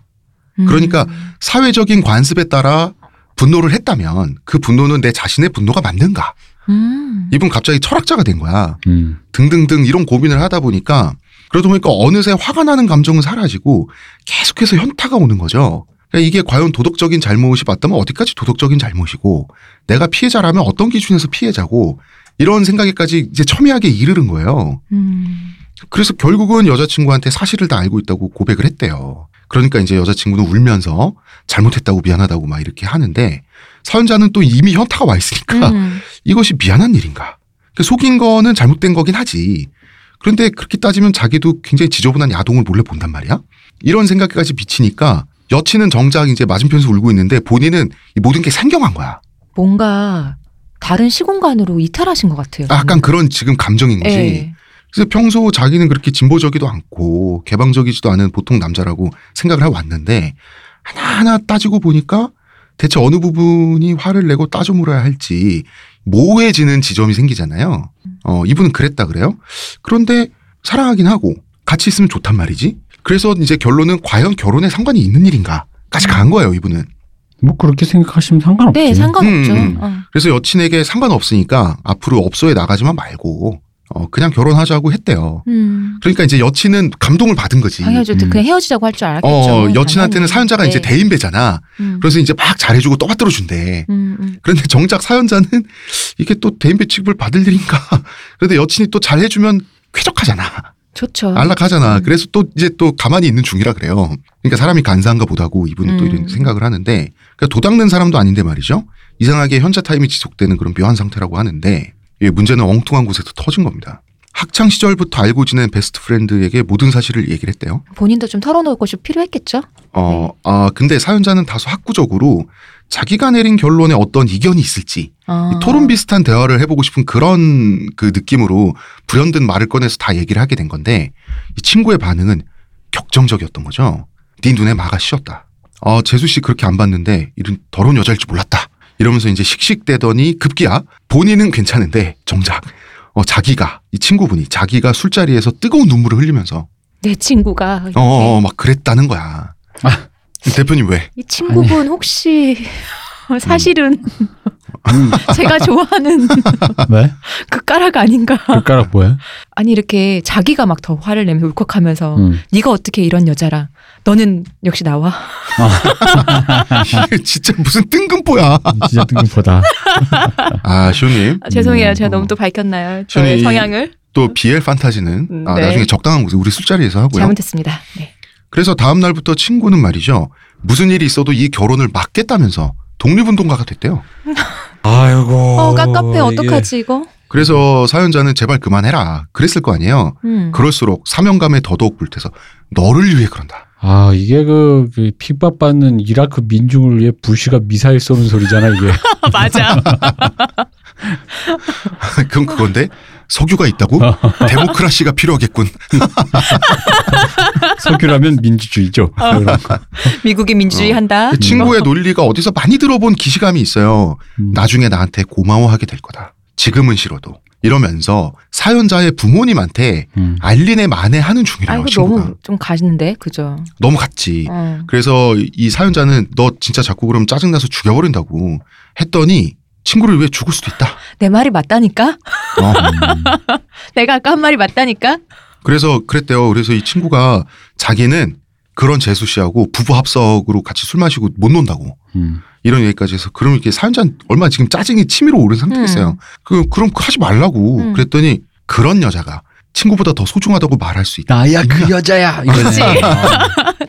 Speaker 2: 음.
Speaker 1: 그러니까 사회적인 관습에 따라 분노를 했다면 그 분노는 내 자신의 분노가 맞는가?
Speaker 2: 음.
Speaker 1: 이분 갑자기 철학자가 된 거야.
Speaker 3: 음.
Speaker 1: 등등등 이런 고민을 하다 보니까 그러다 보니까 어느새 화가 나는 감정은 사라지고 계속해서 현타가 오는 거죠. 그러니까 이게 과연 도덕적인 잘못이 맞다면 어디까지 도덕적인 잘못이고 내가 피해자라면 어떤 기준에서 피해자고 이런 생각에까지 이제 첨예하게 이르는 거예요.
Speaker 2: 음.
Speaker 1: 그래서 결국은 여자친구한테 사실을 다 알고 있다고 고백을 했대요. 그러니까 이제 여자친구는 울면서 잘못했다고 미안하다고 막 이렇게 하는데 사연자는 또 이미 현타가 와 있으니까
Speaker 2: 음.
Speaker 1: 이것이 미안한 일인가? 그러니까 속인 거는 잘못된 거긴 하지. 그런데 그렇게 따지면 자기도 굉장히 지저분한 야동을 몰래 본단 말이야? 이런 생각까지 비치니까 여친은 정작 이제 맞은편에서 울고 있는데 본인은 이 모든 게 상경한 거야.
Speaker 2: 뭔가 다른 시공간으로 이탈하신 것 같아요.
Speaker 1: 아, 약간 그런 지금 감정인 거지.
Speaker 2: 예.
Speaker 1: 그래서 평소 자기는 그렇게 진보적이도 않고 개방적이지도 않은 보통 남자라고 생각을 하고 왔는데 하나하나 따지고 보니까 대체 어느 부분이 화를 내고 따져 물어야 할지 모호해지는 지점이 생기잖아요. 어, 이분은 그랬다 그래요. 그런데 사랑하긴 하고 같이 있으면 좋단 말이지. 그래서 이제 결론은 과연 결혼에 상관이 있는
Speaker 2: 음.
Speaker 1: 일인가까지 간 거예요, 이분은.
Speaker 3: 뭐 그렇게 생각하시면 상관없지.
Speaker 2: 네, 상관없죠.
Speaker 1: 음, 음.
Speaker 2: 어.
Speaker 1: 그래서 여친에게 상관없으니까 앞으로 업소에 나가지만 말고 어, 그냥 결혼하자고 했대요.
Speaker 2: 음.
Speaker 1: 그러니까 이제 여친은 감동을 받은 거지.
Speaker 2: 당연하죠.
Speaker 3: 음.
Speaker 2: 아, 그냥 헤어지자고 할 줄 알았겠죠.
Speaker 1: 어, 여친한테는
Speaker 2: 당연히.
Speaker 1: 사연자가
Speaker 2: 네.
Speaker 1: 이제 대인배잖아.
Speaker 2: 음.
Speaker 1: 그래서 이제 막 잘해주고 떠받들어 준대.
Speaker 2: 음, 음.
Speaker 1: 그런데 [LAUGHS] 정작 사연자는 이게 또 대인배 취급을 받을 일인가. [LAUGHS] 그런데 여친이 또 잘해주면 쾌적하잖아.
Speaker 2: 좋죠.
Speaker 1: 안락하잖아.
Speaker 2: 음.
Speaker 1: 그래서 또 이제 또 가만히 있는 중이라 그래요. 그러니까 사람이 간사한가 보다고 이분은 또
Speaker 2: 음.
Speaker 1: 이런 생각을 하는데 그러니까 도닥는 사람도 아닌데 말이죠. 예, 이상하게 현자 타임이 지속되는 그런 묘한 상태라고 하는데 이 문제는 엉뚱한 곳에서 터진 겁니다. 학창 시절부터 알고 지낸 베스트 프렌드에게 모든 사실을 얘기를 했대요.
Speaker 2: 본인도 좀 털어놓을 것이 필요했겠죠?
Speaker 1: 어, 아, 근데 사연자는 다소 학구적으로 자기가 내린 결론에 어떤 이견이 있을지
Speaker 2: 어.
Speaker 1: 이 토론 비슷한 대화를 해보고 싶은 그런 그 느낌으로 불현듯 말을 꺼내서 다 얘기를 하게 된 건데 이 친구의 반응은 격정적이었던 거죠. 네 눈에 막아 씌었다. 아 재수 씨 그렇게 안 봤는데 이런 더러운 여자일 줄 몰랐다. 이러면서 이제 씩씩대더니 급기야 본인은 괜찮은데 정작 어, 자기가 이 친구분이 자기가 술자리에서 뜨거운 눈물을 흘리면서
Speaker 2: 내 친구가
Speaker 1: 어, 어, 막 그랬다는 거야.
Speaker 3: 아.
Speaker 1: 대표님 왜?
Speaker 2: 이 친구분 혹시 사실은 [LAUGHS]
Speaker 3: 음,
Speaker 2: 제가 좋아하는 [LAUGHS]
Speaker 3: [LAUGHS] 왜?
Speaker 2: 그 까락 아닌가?
Speaker 3: 젓가락 네? 뭐야?
Speaker 2: 아니 이렇게 자기가 막 더 화를 내면서 울컥하면서
Speaker 3: 음.
Speaker 2: 네가 어떻게 이런 여자랑 너는 역시 나와
Speaker 1: 이게 진짜 무슨 뜬금포야.
Speaker 3: 진짜 뜬금포다.
Speaker 1: 아 시호님
Speaker 2: 아, 죄송해요
Speaker 3: 음,
Speaker 2: 제가
Speaker 1: 어.
Speaker 2: 너무 또 밝혔나요 저의
Speaker 1: 저는 이-
Speaker 2: 성향을
Speaker 1: 또 BL 판타지는
Speaker 2: 음,
Speaker 1: 아,
Speaker 2: 네.
Speaker 1: 나중에 적당한 곳에 우리 술자리에서 하고요.
Speaker 2: 잘못했습니다 네.
Speaker 1: 그래서 다음 날부터 친구는 말이죠. 무슨 일이 있어도 이 결혼을 막겠다면서 독립운동가가 됐대요.
Speaker 3: 아이고.
Speaker 2: 어 깝깝해
Speaker 3: 이게
Speaker 2: 어떡하지 이거
Speaker 1: 그래서 사연자는 제발 그만해라 그랬을 거 아니에요.
Speaker 2: 음.
Speaker 1: 그럴수록 사명감에 더더욱 불태서 너를 위해 그런다. [LAUGHS]
Speaker 3: 아 이게 그, 그 핍박받는 이라크 민중을 위해 부시가 미사일 쏘는 소리잖아 이게. [LAUGHS]
Speaker 2: 맞아
Speaker 1: 그럼 그건데 석유가 [LAUGHS] 있다고? 데모크라시가 필요하겠군.
Speaker 3: 석유라면
Speaker 2: 어.
Speaker 3: 민주주의죠. 그런 거.
Speaker 2: [LAUGHS] 미국이 민주주의
Speaker 1: 어.
Speaker 2: 한다
Speaker 1: 그 친구의 논리가 어디서 많이 들어본 기시감이 있어요.
Speaker 3: 음.
Speaker 1: 나중에 나한테 고마워하게 될 거다. 지금은 싫어도. 이러면서 사연자의 부모님한테
Speaker 3: 음.
Speaker 1: 알린의 만회하는 중이래요.
Speaker 2: 아이고
Speaker 1: 친구가.
Speaker 2: 너무 좀 가시는데 그죠
Speaker 1: 넘어갔지.
Speaker 2: 어.
Speaker 1: 그래서 이 사연자는 너 진짜 자꾸 그럼 짜증나서 죽여버린다고 했더니 친구를 위해 죽을 수도 있다.
Speaker 2: 내 말이 맞다니까
Speaker 1: 어.
Speaker 2: [LAUGHS]
Speaker 3: 음.
Speaker 2: 내가 아까 한 말이 맞다니까 [LAUGHS]
Speaker 1: 그래서 그랬대요. 그래서 이 친구가 자기는 그런 재수 씨하고 부부 합석으로 같이 술 마시고 못 논다고
Speaker 3: 음.
Speaker 1: 이런 얘기까지 해서 그럼 이렇게 사연자 는 얼마 나 지금 짜증이 치밀어 오른 상태겠어요.
Speaker 2: 음.
Speaker 1: 그 그럼 하지 말라고
Speaker 2: 음.
Speaker 1: 그랬더니 그런 여자가 친구보다 더 소중하다고 말할 수 있다.
Speaker 3: 나야 그 여자야.
Speaker 2: 그치. 네.
Speaker 3: 이거지.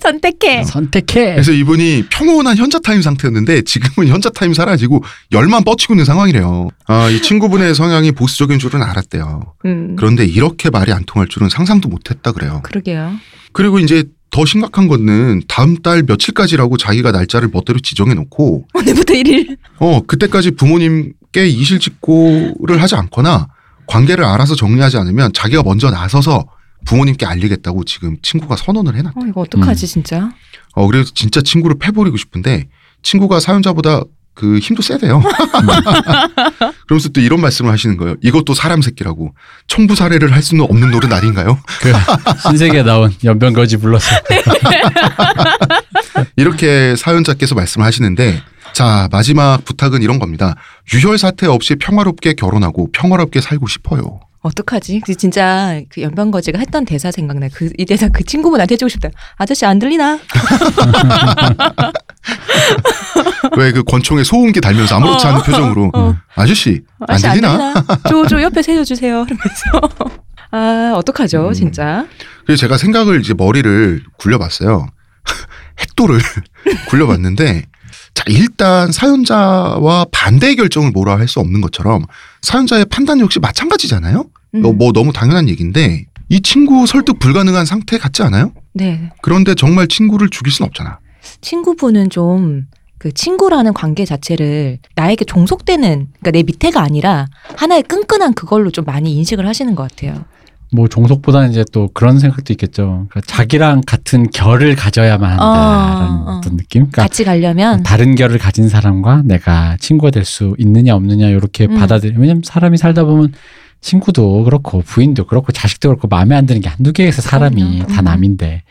Speaker 2: 선택해
Speaker 3: 선택해.
Speaker 1: 그래서 이분이 평온한 현자 타임 상태였는데 지금은 현자 타임 사라지고 열만 뻗치고 있는 상황이래요. 아, 이 친구분의 성향이 보수적인 줄은 알았대요.
Speaker 2: 음.
Speaker 1: 그런데 이렇게 말이 안 통할 줄은 상상도 못했다 그래요.
Speaker 2: 그러게요
Speaker 1: 그리고 이제 더 심각한 거는 다음 달 며칠까지라고 자기가 날짜를 멋대로 지정해 놓고
Speaker 2: 오늘부터 1일
Speaker 1: 어 그때까지 부모님께 이실직고를 하지 않거나 관계를 알아서 정리하지 않으면 자기가 먼저 나서서 부모님께 알리겠다고 지금 친구가 선언을 해놨.
Speaker 2: 어 이거 어떡하지 진짜
Speaker 1: 어, 그래서 진짜 친구를 패버리고 싶은데 친구가 사연자보다 그 힘도 세대요. [LAUGHS] 그러면서 또 이런 말씀을 하시는 거예요. 이것도 사람 새끼라고 청부 사례를 할 수는 없는 노릇 아닌가요?
Speaker 3: 그 신세계 나온 연변거지 불러서.
Speaker 1: 이렇게 사연자께서 말씀을 하시는데 자 마지막 부탁은 이런 겁니다. 유혈 사태 없이 평화롭게 결혼하고 평화롭게 살고 싶어요.
Speaker 2: 어떡하지? 그 진짜 그 연변거지가 했던 대사 생각나. 그 이 대사 그 친구분한테 해주고 싶다. 아저씨 안 들리나?
Speaker 1: 왜 그 권총에 소음기 달면서 아무렇지 않은 표정으로 아저씨 어. 안
Speaker 2: 아저씨
Speaker 1: 들리나?
Speaker 2: 저, 저 옆에 세워주세요. 이러면서. 아, 어떡하죠,
Speaker 1: 음.
Speaker 2: 진짜.
Speaker 1: 그래서 제가 생각을 이제 머리를 굴려봤어요. [LAUGHS] 핵도를 [LAUGHS] 굴려봤는데, 자, 일단 사연자와 반대의 결정을 뭐라 할 수 없는 것처럼 사연자의 판단 역시 마찬가지잖아요?
Speaker 2: 음.
Speaker 1: 너- 뭐 너무 당연한 얘기인데, 이 친구 설득 불가능한 상태 같지 않아요?
Speaker 2: 네.
Speaker 1: 그런데 정말 친구를 죽일 순 없잖아.
Speaker 2: 친구분은 좀 그 친구라는 관계 자체를 나에게 종속되는, 그러니까 내 밑에가 아니라 하나의 끈끈한 그걸로 좀 많이 인식을 하시는 것 같아요.
Speaker 3: 뭐 종속보다는 이제 또 그런 생각도 있겠죠. 그러니까 자기랑 같은 결을 가져야만 한다라는
Speaker 2: 어, 어.
Speaker 3: 어, 떤 느낌. 그러니까
Speaker 2: 같이 가려면
Speaker 3: 다른 결을 가진 사람과 내가 친구가 될 수 있느냐 없느냐 이렇게
Speaker 2: 음.
Speaker 3: 받아들이. 왜냐면 사람이 살다 보면 친구도 그렇고 부인도 그렇고 자식도 그렇고 마음에 안 드는 게 한두 개에서 사람이
Speaker 2: 그럼요.
Speaker 3: 다
Speaker 2: 음.
Speaker 3: 남인데.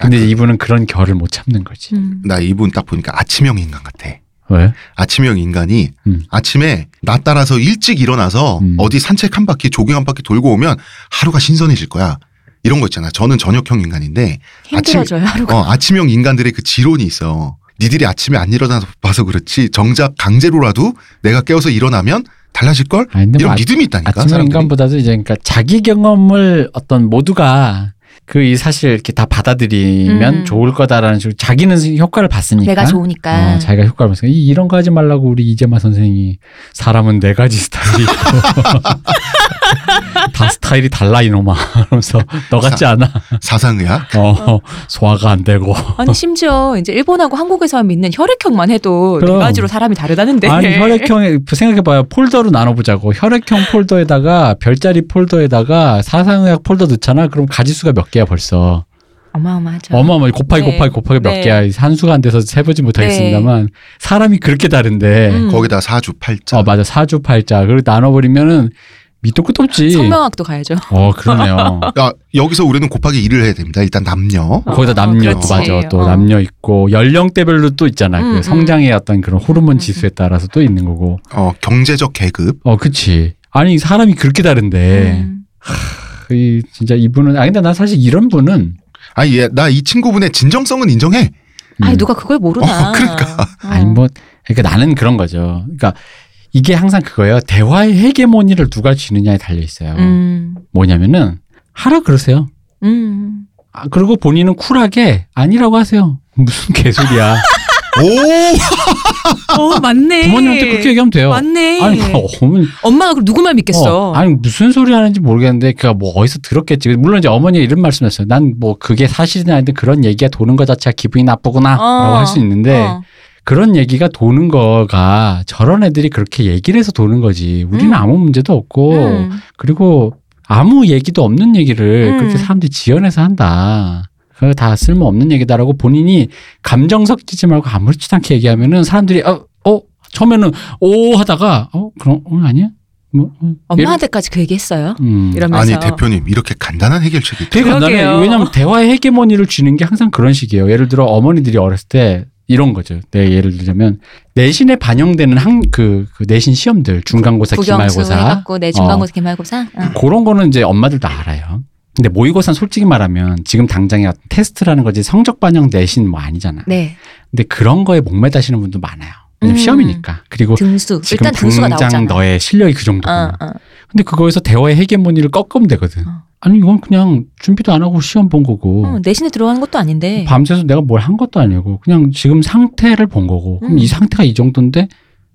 Speaker 3: 근데 이분은 그런 결을 못 참는 거지.
Speaker 2: 음.
Speaker 1: 아, 나 이분 딱 보니까 아침형 인간 같아.
Speaker 3: 왜?
Speaker 1: 아침형 인간이
Speaker 3: 음.
Speaker 1: 아침에 나 따라서 일찍 일어나서
Speaker 3: 음.
Speaker 1: 어디 산책 한 바퀴 조깅 한 바퀴 돌고 오면 하루가 신선해질 거야. 이런 거 있잖아. 저는 저녁형 인간인데
Speaker 2: 힘들어져요, 하루가.
Speaker 1: 어, 아침형 인간들의 그 지론이 있어. 니들이 아침에 안 일어나서 봐서 그렇지 정작 강제로라도 내가 깨워서 일어나면 달라질 걸
Speaker 3: 아, 근데 뭐
Speaker 1: 이런
Speaker 3: 아-
Speaker 1: 믿음이 있다니까
Speaker 3: 아침
Speaker 1: 그러니까 사람들이.
Speaker 3: 인간보다도 이제 그러니까 자기 경험을 어떤 모두가 그 이 사실 이렇게 다 받아들이면
Speaker 2: 음.
Speaker 3: 좋을 거다라는 식으로 자기는 효과를 봤으니까
Speaker 2: 내가 좋으니까.
Speaker 3: 어, 자기가 효과를 봤으니까 이- 이런 거 하지 말라고 우리 이재마 선생이 사람은 네 가지 스타일이 있고 [LAUGHS] 다 스타일이 달라 이놈아. 하면서 너 같지 않아.
Speaker 1: 사상의학?
Speaker 3: 어, 소화가 안 되고.
Speaker 2: 아니 심지어 이제 일본하고 한국에서 믿는 혈액형만 해도 네
Speaker 3: 그럼.
Speaker 2: 가지로 사람이 다르다는데.
Speaker 3: 아니 혈액형에 생각해봐요. 폴더로 나눠보자고. 혈액형 폴더에다가 별자리 폴더에다가 사상의학 폴더 넣잖아. 그럼 가지수가 몇 개야 벌써.
Speaker 2: [LAUGHS] 어마어마하죠.
Speaker 3: 어마어마히 곱하기
Speaker 2: 네.
Speaker 3: 곱하기 곱하기 몇
Speaker 2: 네.
Speaker 3: 개야. 한수가 안 돼서 세보지 못하겠습니다만 사람이 그렇게 다른데.
Speaker 2: 음.
Speaker 1: 거기다 사주 팔자.
Speaker 3: 어 맞아 사주 팔자. 그리고 나눠버리면은 밑도 끝 없지.
Speaker 2: 성명학도 가야죠.
Speaker 3: 어 그러네요.
Speaker 1: 아, 여기서 우리는 곱하기 2를 해야 됩니다. 일단 남녀.
Speaker 2: 어,
Speaker 3: 거기다 남녀
Speaker 2: 그렇지.
Speaker 3: 맞아 또
Speaker 2: 어.
Speaker 3: 남녀 있고 연령대별로 또 있잖아
Speaker 2: 음,
Speaker 3: 그
Speaker 2: 음.
Speaker 3: 성장의 어떤 그런 호르몬
Speaker 2: 음.
Speaker 3: 지수에 따라서 또 있는 거고
Speaker 1: 어, 경제적 계급.
Speaker 3: 어 그치 아니 사람이 그렇게 다른데 그
Speaker 2: 음.
Speaker 3: 이 진짜 이분은 아 근데 난 사실 이런 분은
Speaker 1: 아니, 얘, 나 이 친구분의 진정성은 인정해.
Speaker 3: 음,
Speaker 2: 아니 누가 그걸 모르나.
Speaker 1: 어, 그러니까.
Speaker 3: 아니 뭐 그러니까 나는 그런 거죠 그러니까 이게 항상 그거예요 대화의 헤게모니를 누가 쥐느냐에 달려 있어요
Speaker 2: 음.
Speaker 3: 뭐냐면은 하라 그러세요
Speaker 2: 음.
Speaker 3: 아, 그리고 본인은 쿨하게 아니라고 하세요
Speaker 2: [LAUGHS]
Speaker 3: 무슨 개소리야
Speaker 1: 오!
Speaker 2: 어 맞네.
Speaker 3: 부모님한테 그렇게 얘기하면 돼요
Speaker 2: 맞네.
Speaker 3: 아니 뭐 어머니
Speaker 2: 엄마가 그럼 누구 말 믿겠어?
Speaker 3: 어, 아니 무슨 소리 하는지 모르겠는데 그가 뭐 어디서 들었겠지. 물론 이제 어머니가 이런 말씀하셨어요. 난 뭐 그게 사실이나 아닌데 그런 얘기가 도는 것 자체가 기분이 나쁘구나라고
Speaker 2: 어,
Speaker 3: 할 수 있는데
Speaker 2: 어.
Speaker 3: 그런 얘기가 도는 거가 저런 애들이 그렇게 얘기를 해서 도는 거지. 우리는
Speaker 2: 음.
Speaker 3: 아무 문제도 없고
Speaker 2: 음.
Speaker 3: 그리고 아무 얘기도 없는 얘기를
Speaker 2: 음.
Speaker 3: 그렇게 사람들이 지어내서 한다. 그거 다 쓸모없는 얘기다라고 본인이 감정 섞이지 말고 아무렇지도 않게 얘기하면은 사람들이 어, 어 처음에는 오 하다가 어 그럼 어, 아니야? 뭐 어, 이런-
Speaker 2: 엄마한테까지 그 얘기했어요.
Speaker 3: 음.
Speaker 2: 이러면서.
Speaker 1: 아니, 대표님, 이렇게 간단한 해결책이 있-
Speaker 3: 되게 간단해요.
Speaker 2: 그러게요.
Speaker 3: 왜냐하면 대화의 헤게모니를 쥐는 게 항상 그런 식이에요. 예를 들어 어머니들이 어렸을 때 이런 거죠. 네, 예를 들자면 내신에 반영되는 한, 그, 그 내신 시험들 중간고사,
Speaker 2: 국영수
Speaker 3: 기말고사
Speaker 2: 해갖고 내 중간고사, 기말고사. 어.
Speaker 3: 그런 거는 이제 엄마들 다 알아요. 근데 모의고사는 솔직히 말하면 지금 당장에 어떤 테스트라는 거지 성적 반영 내신 뭐 아니잖아.
Speaker 2: 네.
Speaker 3: 근데 그런 거에 목매다시는 분도 많아요. 왜냐면
Speaker 2: 음.
Speaker 3: 시험이니까. 그리고
Speaker 2: 등수.
Speaker 3: 뭐 지금
Speaker 2: 일단 등수가
Speaker 3: 당장
Speaker 2: 나오잖아.
Speaker 3: 너의 실력이 그 정도구나.
Speaker 2: 어, 어.
Speaker 3: 근데 그거에서 대화의 헤게모니를 꺾으면 되거든.
Speaker 2: 어.
Speaker 3: 아니 이건 그냥 준비도 안 하고 시험 본 거고
Speaker 2: 어, 내신에 들어가는 것도 아닌데.
Speaker 3: 음. 밤새서 내가 뭘 한 것도 아니고 그냥 지금 상태를 본 거고 그럼
Speaker 2: 음.
Speaker 3: 이 상태가 이 정도인데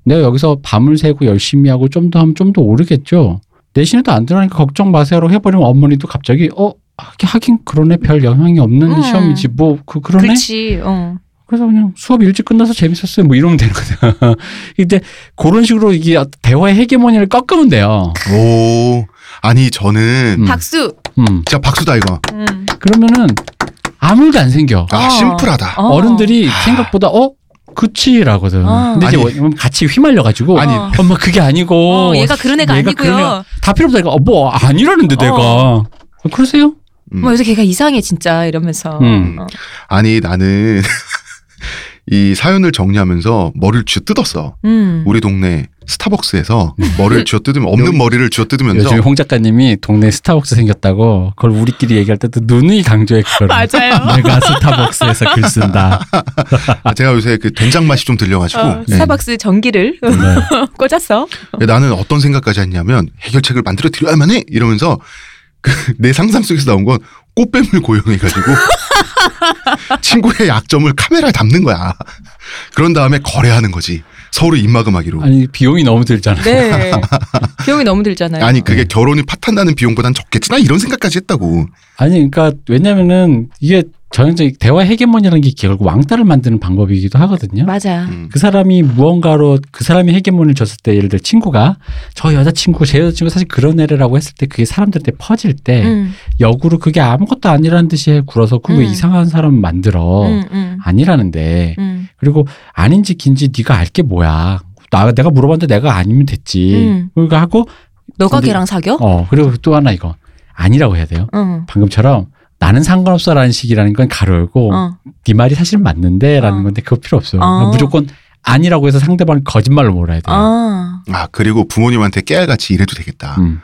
Speaker 3: 내가 여기서 밤을 새고 열심히 하고 좀 더 하면 좀 더 오르겠죠. 내신에도 안 들어가니까 걱정 마세요라고 해버리면 어머니도 갑자기 어 하긴, 하긴 그러네 별 영향이 없는
Speaker 2: 음.
Speaker 3: 시험이지 뭐 그 그러네
Speaker 2: 그렇지. 어.
Speaker 3: 그래서 그냥 수업 일찍 끝나서 재밌었어요. 뭐 이러면 되는 거죠. [LAUGHS] 근데 그런 식으로 이게 대화의 헤게모니를 꺾으면 돼요.
Speaker 1: 오. 아니, 저는
Speaker 3: 음.
Speaker 2: 박수.
Speaker 3: 음.
Speaker 1: 진짜 박수다 이거.
Speaker 2: 음.
Speaker 3: 그러면은 아무 일도 안 생겨.
Speaker 1: 아,
Speaker 2: 어.
Speaker 1: 심플하다.
Speaker 2: 어.
Speaker 3: 어른들이 생각보다 어 그치라거든.
Speaker 2: 어.
Speaker 3: 근데 이제
Speaker 1: 아니.
Speaker 3: 뭐- 같이 휘말려가지고
Speaker 2: 아니.
Speaker 3: 엄마 그게 아니고
Speaker 2: 어, 얘가 그런 애가
Speaker 3: 뭐 얘가
Speaker 2: 아니고요.
Speaker 3: 그런 다 필요 없다. 이거 어, 뭐 아니라는데
Speaker 2: 어.
Speaker 3: 내가 어, 그러세요?
Speaker 1: 음.
Speaker 2: 뭐 요새 걔가 이상해 진짜 이러면서.
Speaker 3: 음.
Speaker 2: 어.
Speaker 1: 아니, 나는 [LAUGHS] 이 사연을 정리하면서 머리를 쥐어 뜯었어.
Speaker 2: 음.
Speaker 1: 우리 동네 스타벅스에서 머리를 쥐어 뜯으면 없는 머리를 쥐어 뜯으면서
Speaker 3: 요즘 홍 작가님이 동네 스타벅스 생겼다고 그걸 우리끼리 얘기할 때도 눈이 강조해
Speaker 2: [LAUGHS]
Speaker 3: 그걸.
Speaker 2: 맞아요.
Speaker 3: 내가 스타벅스에서 글 쓴다.
Speaker 1: 아, 제가 요새 그 된장 맛이 좀 들려가지고
Speaker 2: 어,
Speaker 1: 네.
Speaker 2: 스타벅스 전기를
Speaker 3: 네.
Speaker 2: [LAUGHS] 꽂았어.
Speaker 1: 예, 나는 어떤 생각까지 했냐면 해결책을 만들어 드려야만 해 이러면서 그 [LAUGHS] 내 상상 속에서 나온 건 꽃뱀을 고용해가지고 [LAUGHS] 친구의 약점을 카메라에 담는 거야. 그런 다음에 거래하는 거지. 서로 입마금하기로.
Speaker 3: 아니 비용이 너무 들잖아.
Speaker 2: 네. 비용이 너무 들잖아요.
Speaker 1: 아니 그게 결혼이 파탄나는 비용보단 적겠지나 이런 생각까지 했다고.
Speaker 3: 아니 그러니까 왜냐면은 이게 전형적인 대화 헤게모니라는 게 결국 왕따를 만드는 방법이기도 하거든요.
Speaker 2: 맞아.
Speaker 1: 음.
Speaker 3: 그 사람이 무언가로 그 사람이 헤게몬을 줬을 때 예를 들어 친구가 저 여자친구 제 여자친구 사실 그런 애라고 했을 때 그게 사람들한테 퍼질 때
Speaker 2: 음,
Speaker 3: 역으로 그게 아무것도 아니라는 듯이 굴어서 그거
Speaker 2: 음.
Speaker 3: 이상한 사람 만들어
Speaker 2: 음, 음,
Speaker 3: 아니라는데
Speaker 2: 음,
Speaker 3: 그리고 아닌지 긴지 네가 알 게 뭐야 나 내가 물어봤는데 내가 아니면 됐지
Speaker 2: 음.
Speaker 3: 그러니까 하고
Speaker 2: 너가
Speaker 3: 근데-
Speaker 2: 걔랑 사겨?
Speaker 3: 어 그리고 또 하나 이거 아니라고 해야 돼요
Speaker 2: 응.
Speaker 3: 방금처럼 나는 상관없어라는 식이라는 건 가로 열고
Speaker 2: 어.
Speaker 3: 네 말이 사실 맞는데라는
Speaker 2: 어.
Speaker 3: 건데 그거 필요 없어요.
Speaker 2: 어.
Speaker 3: 그러니까 무조건 아니라고 해서 상대방을 거짓말로 몰아야 돼요.
Speaker 2: 아.
Speaker 1: 아 그리고 부모님한테 깨알같이 이래도 되겠다.
Speaker 3: 음.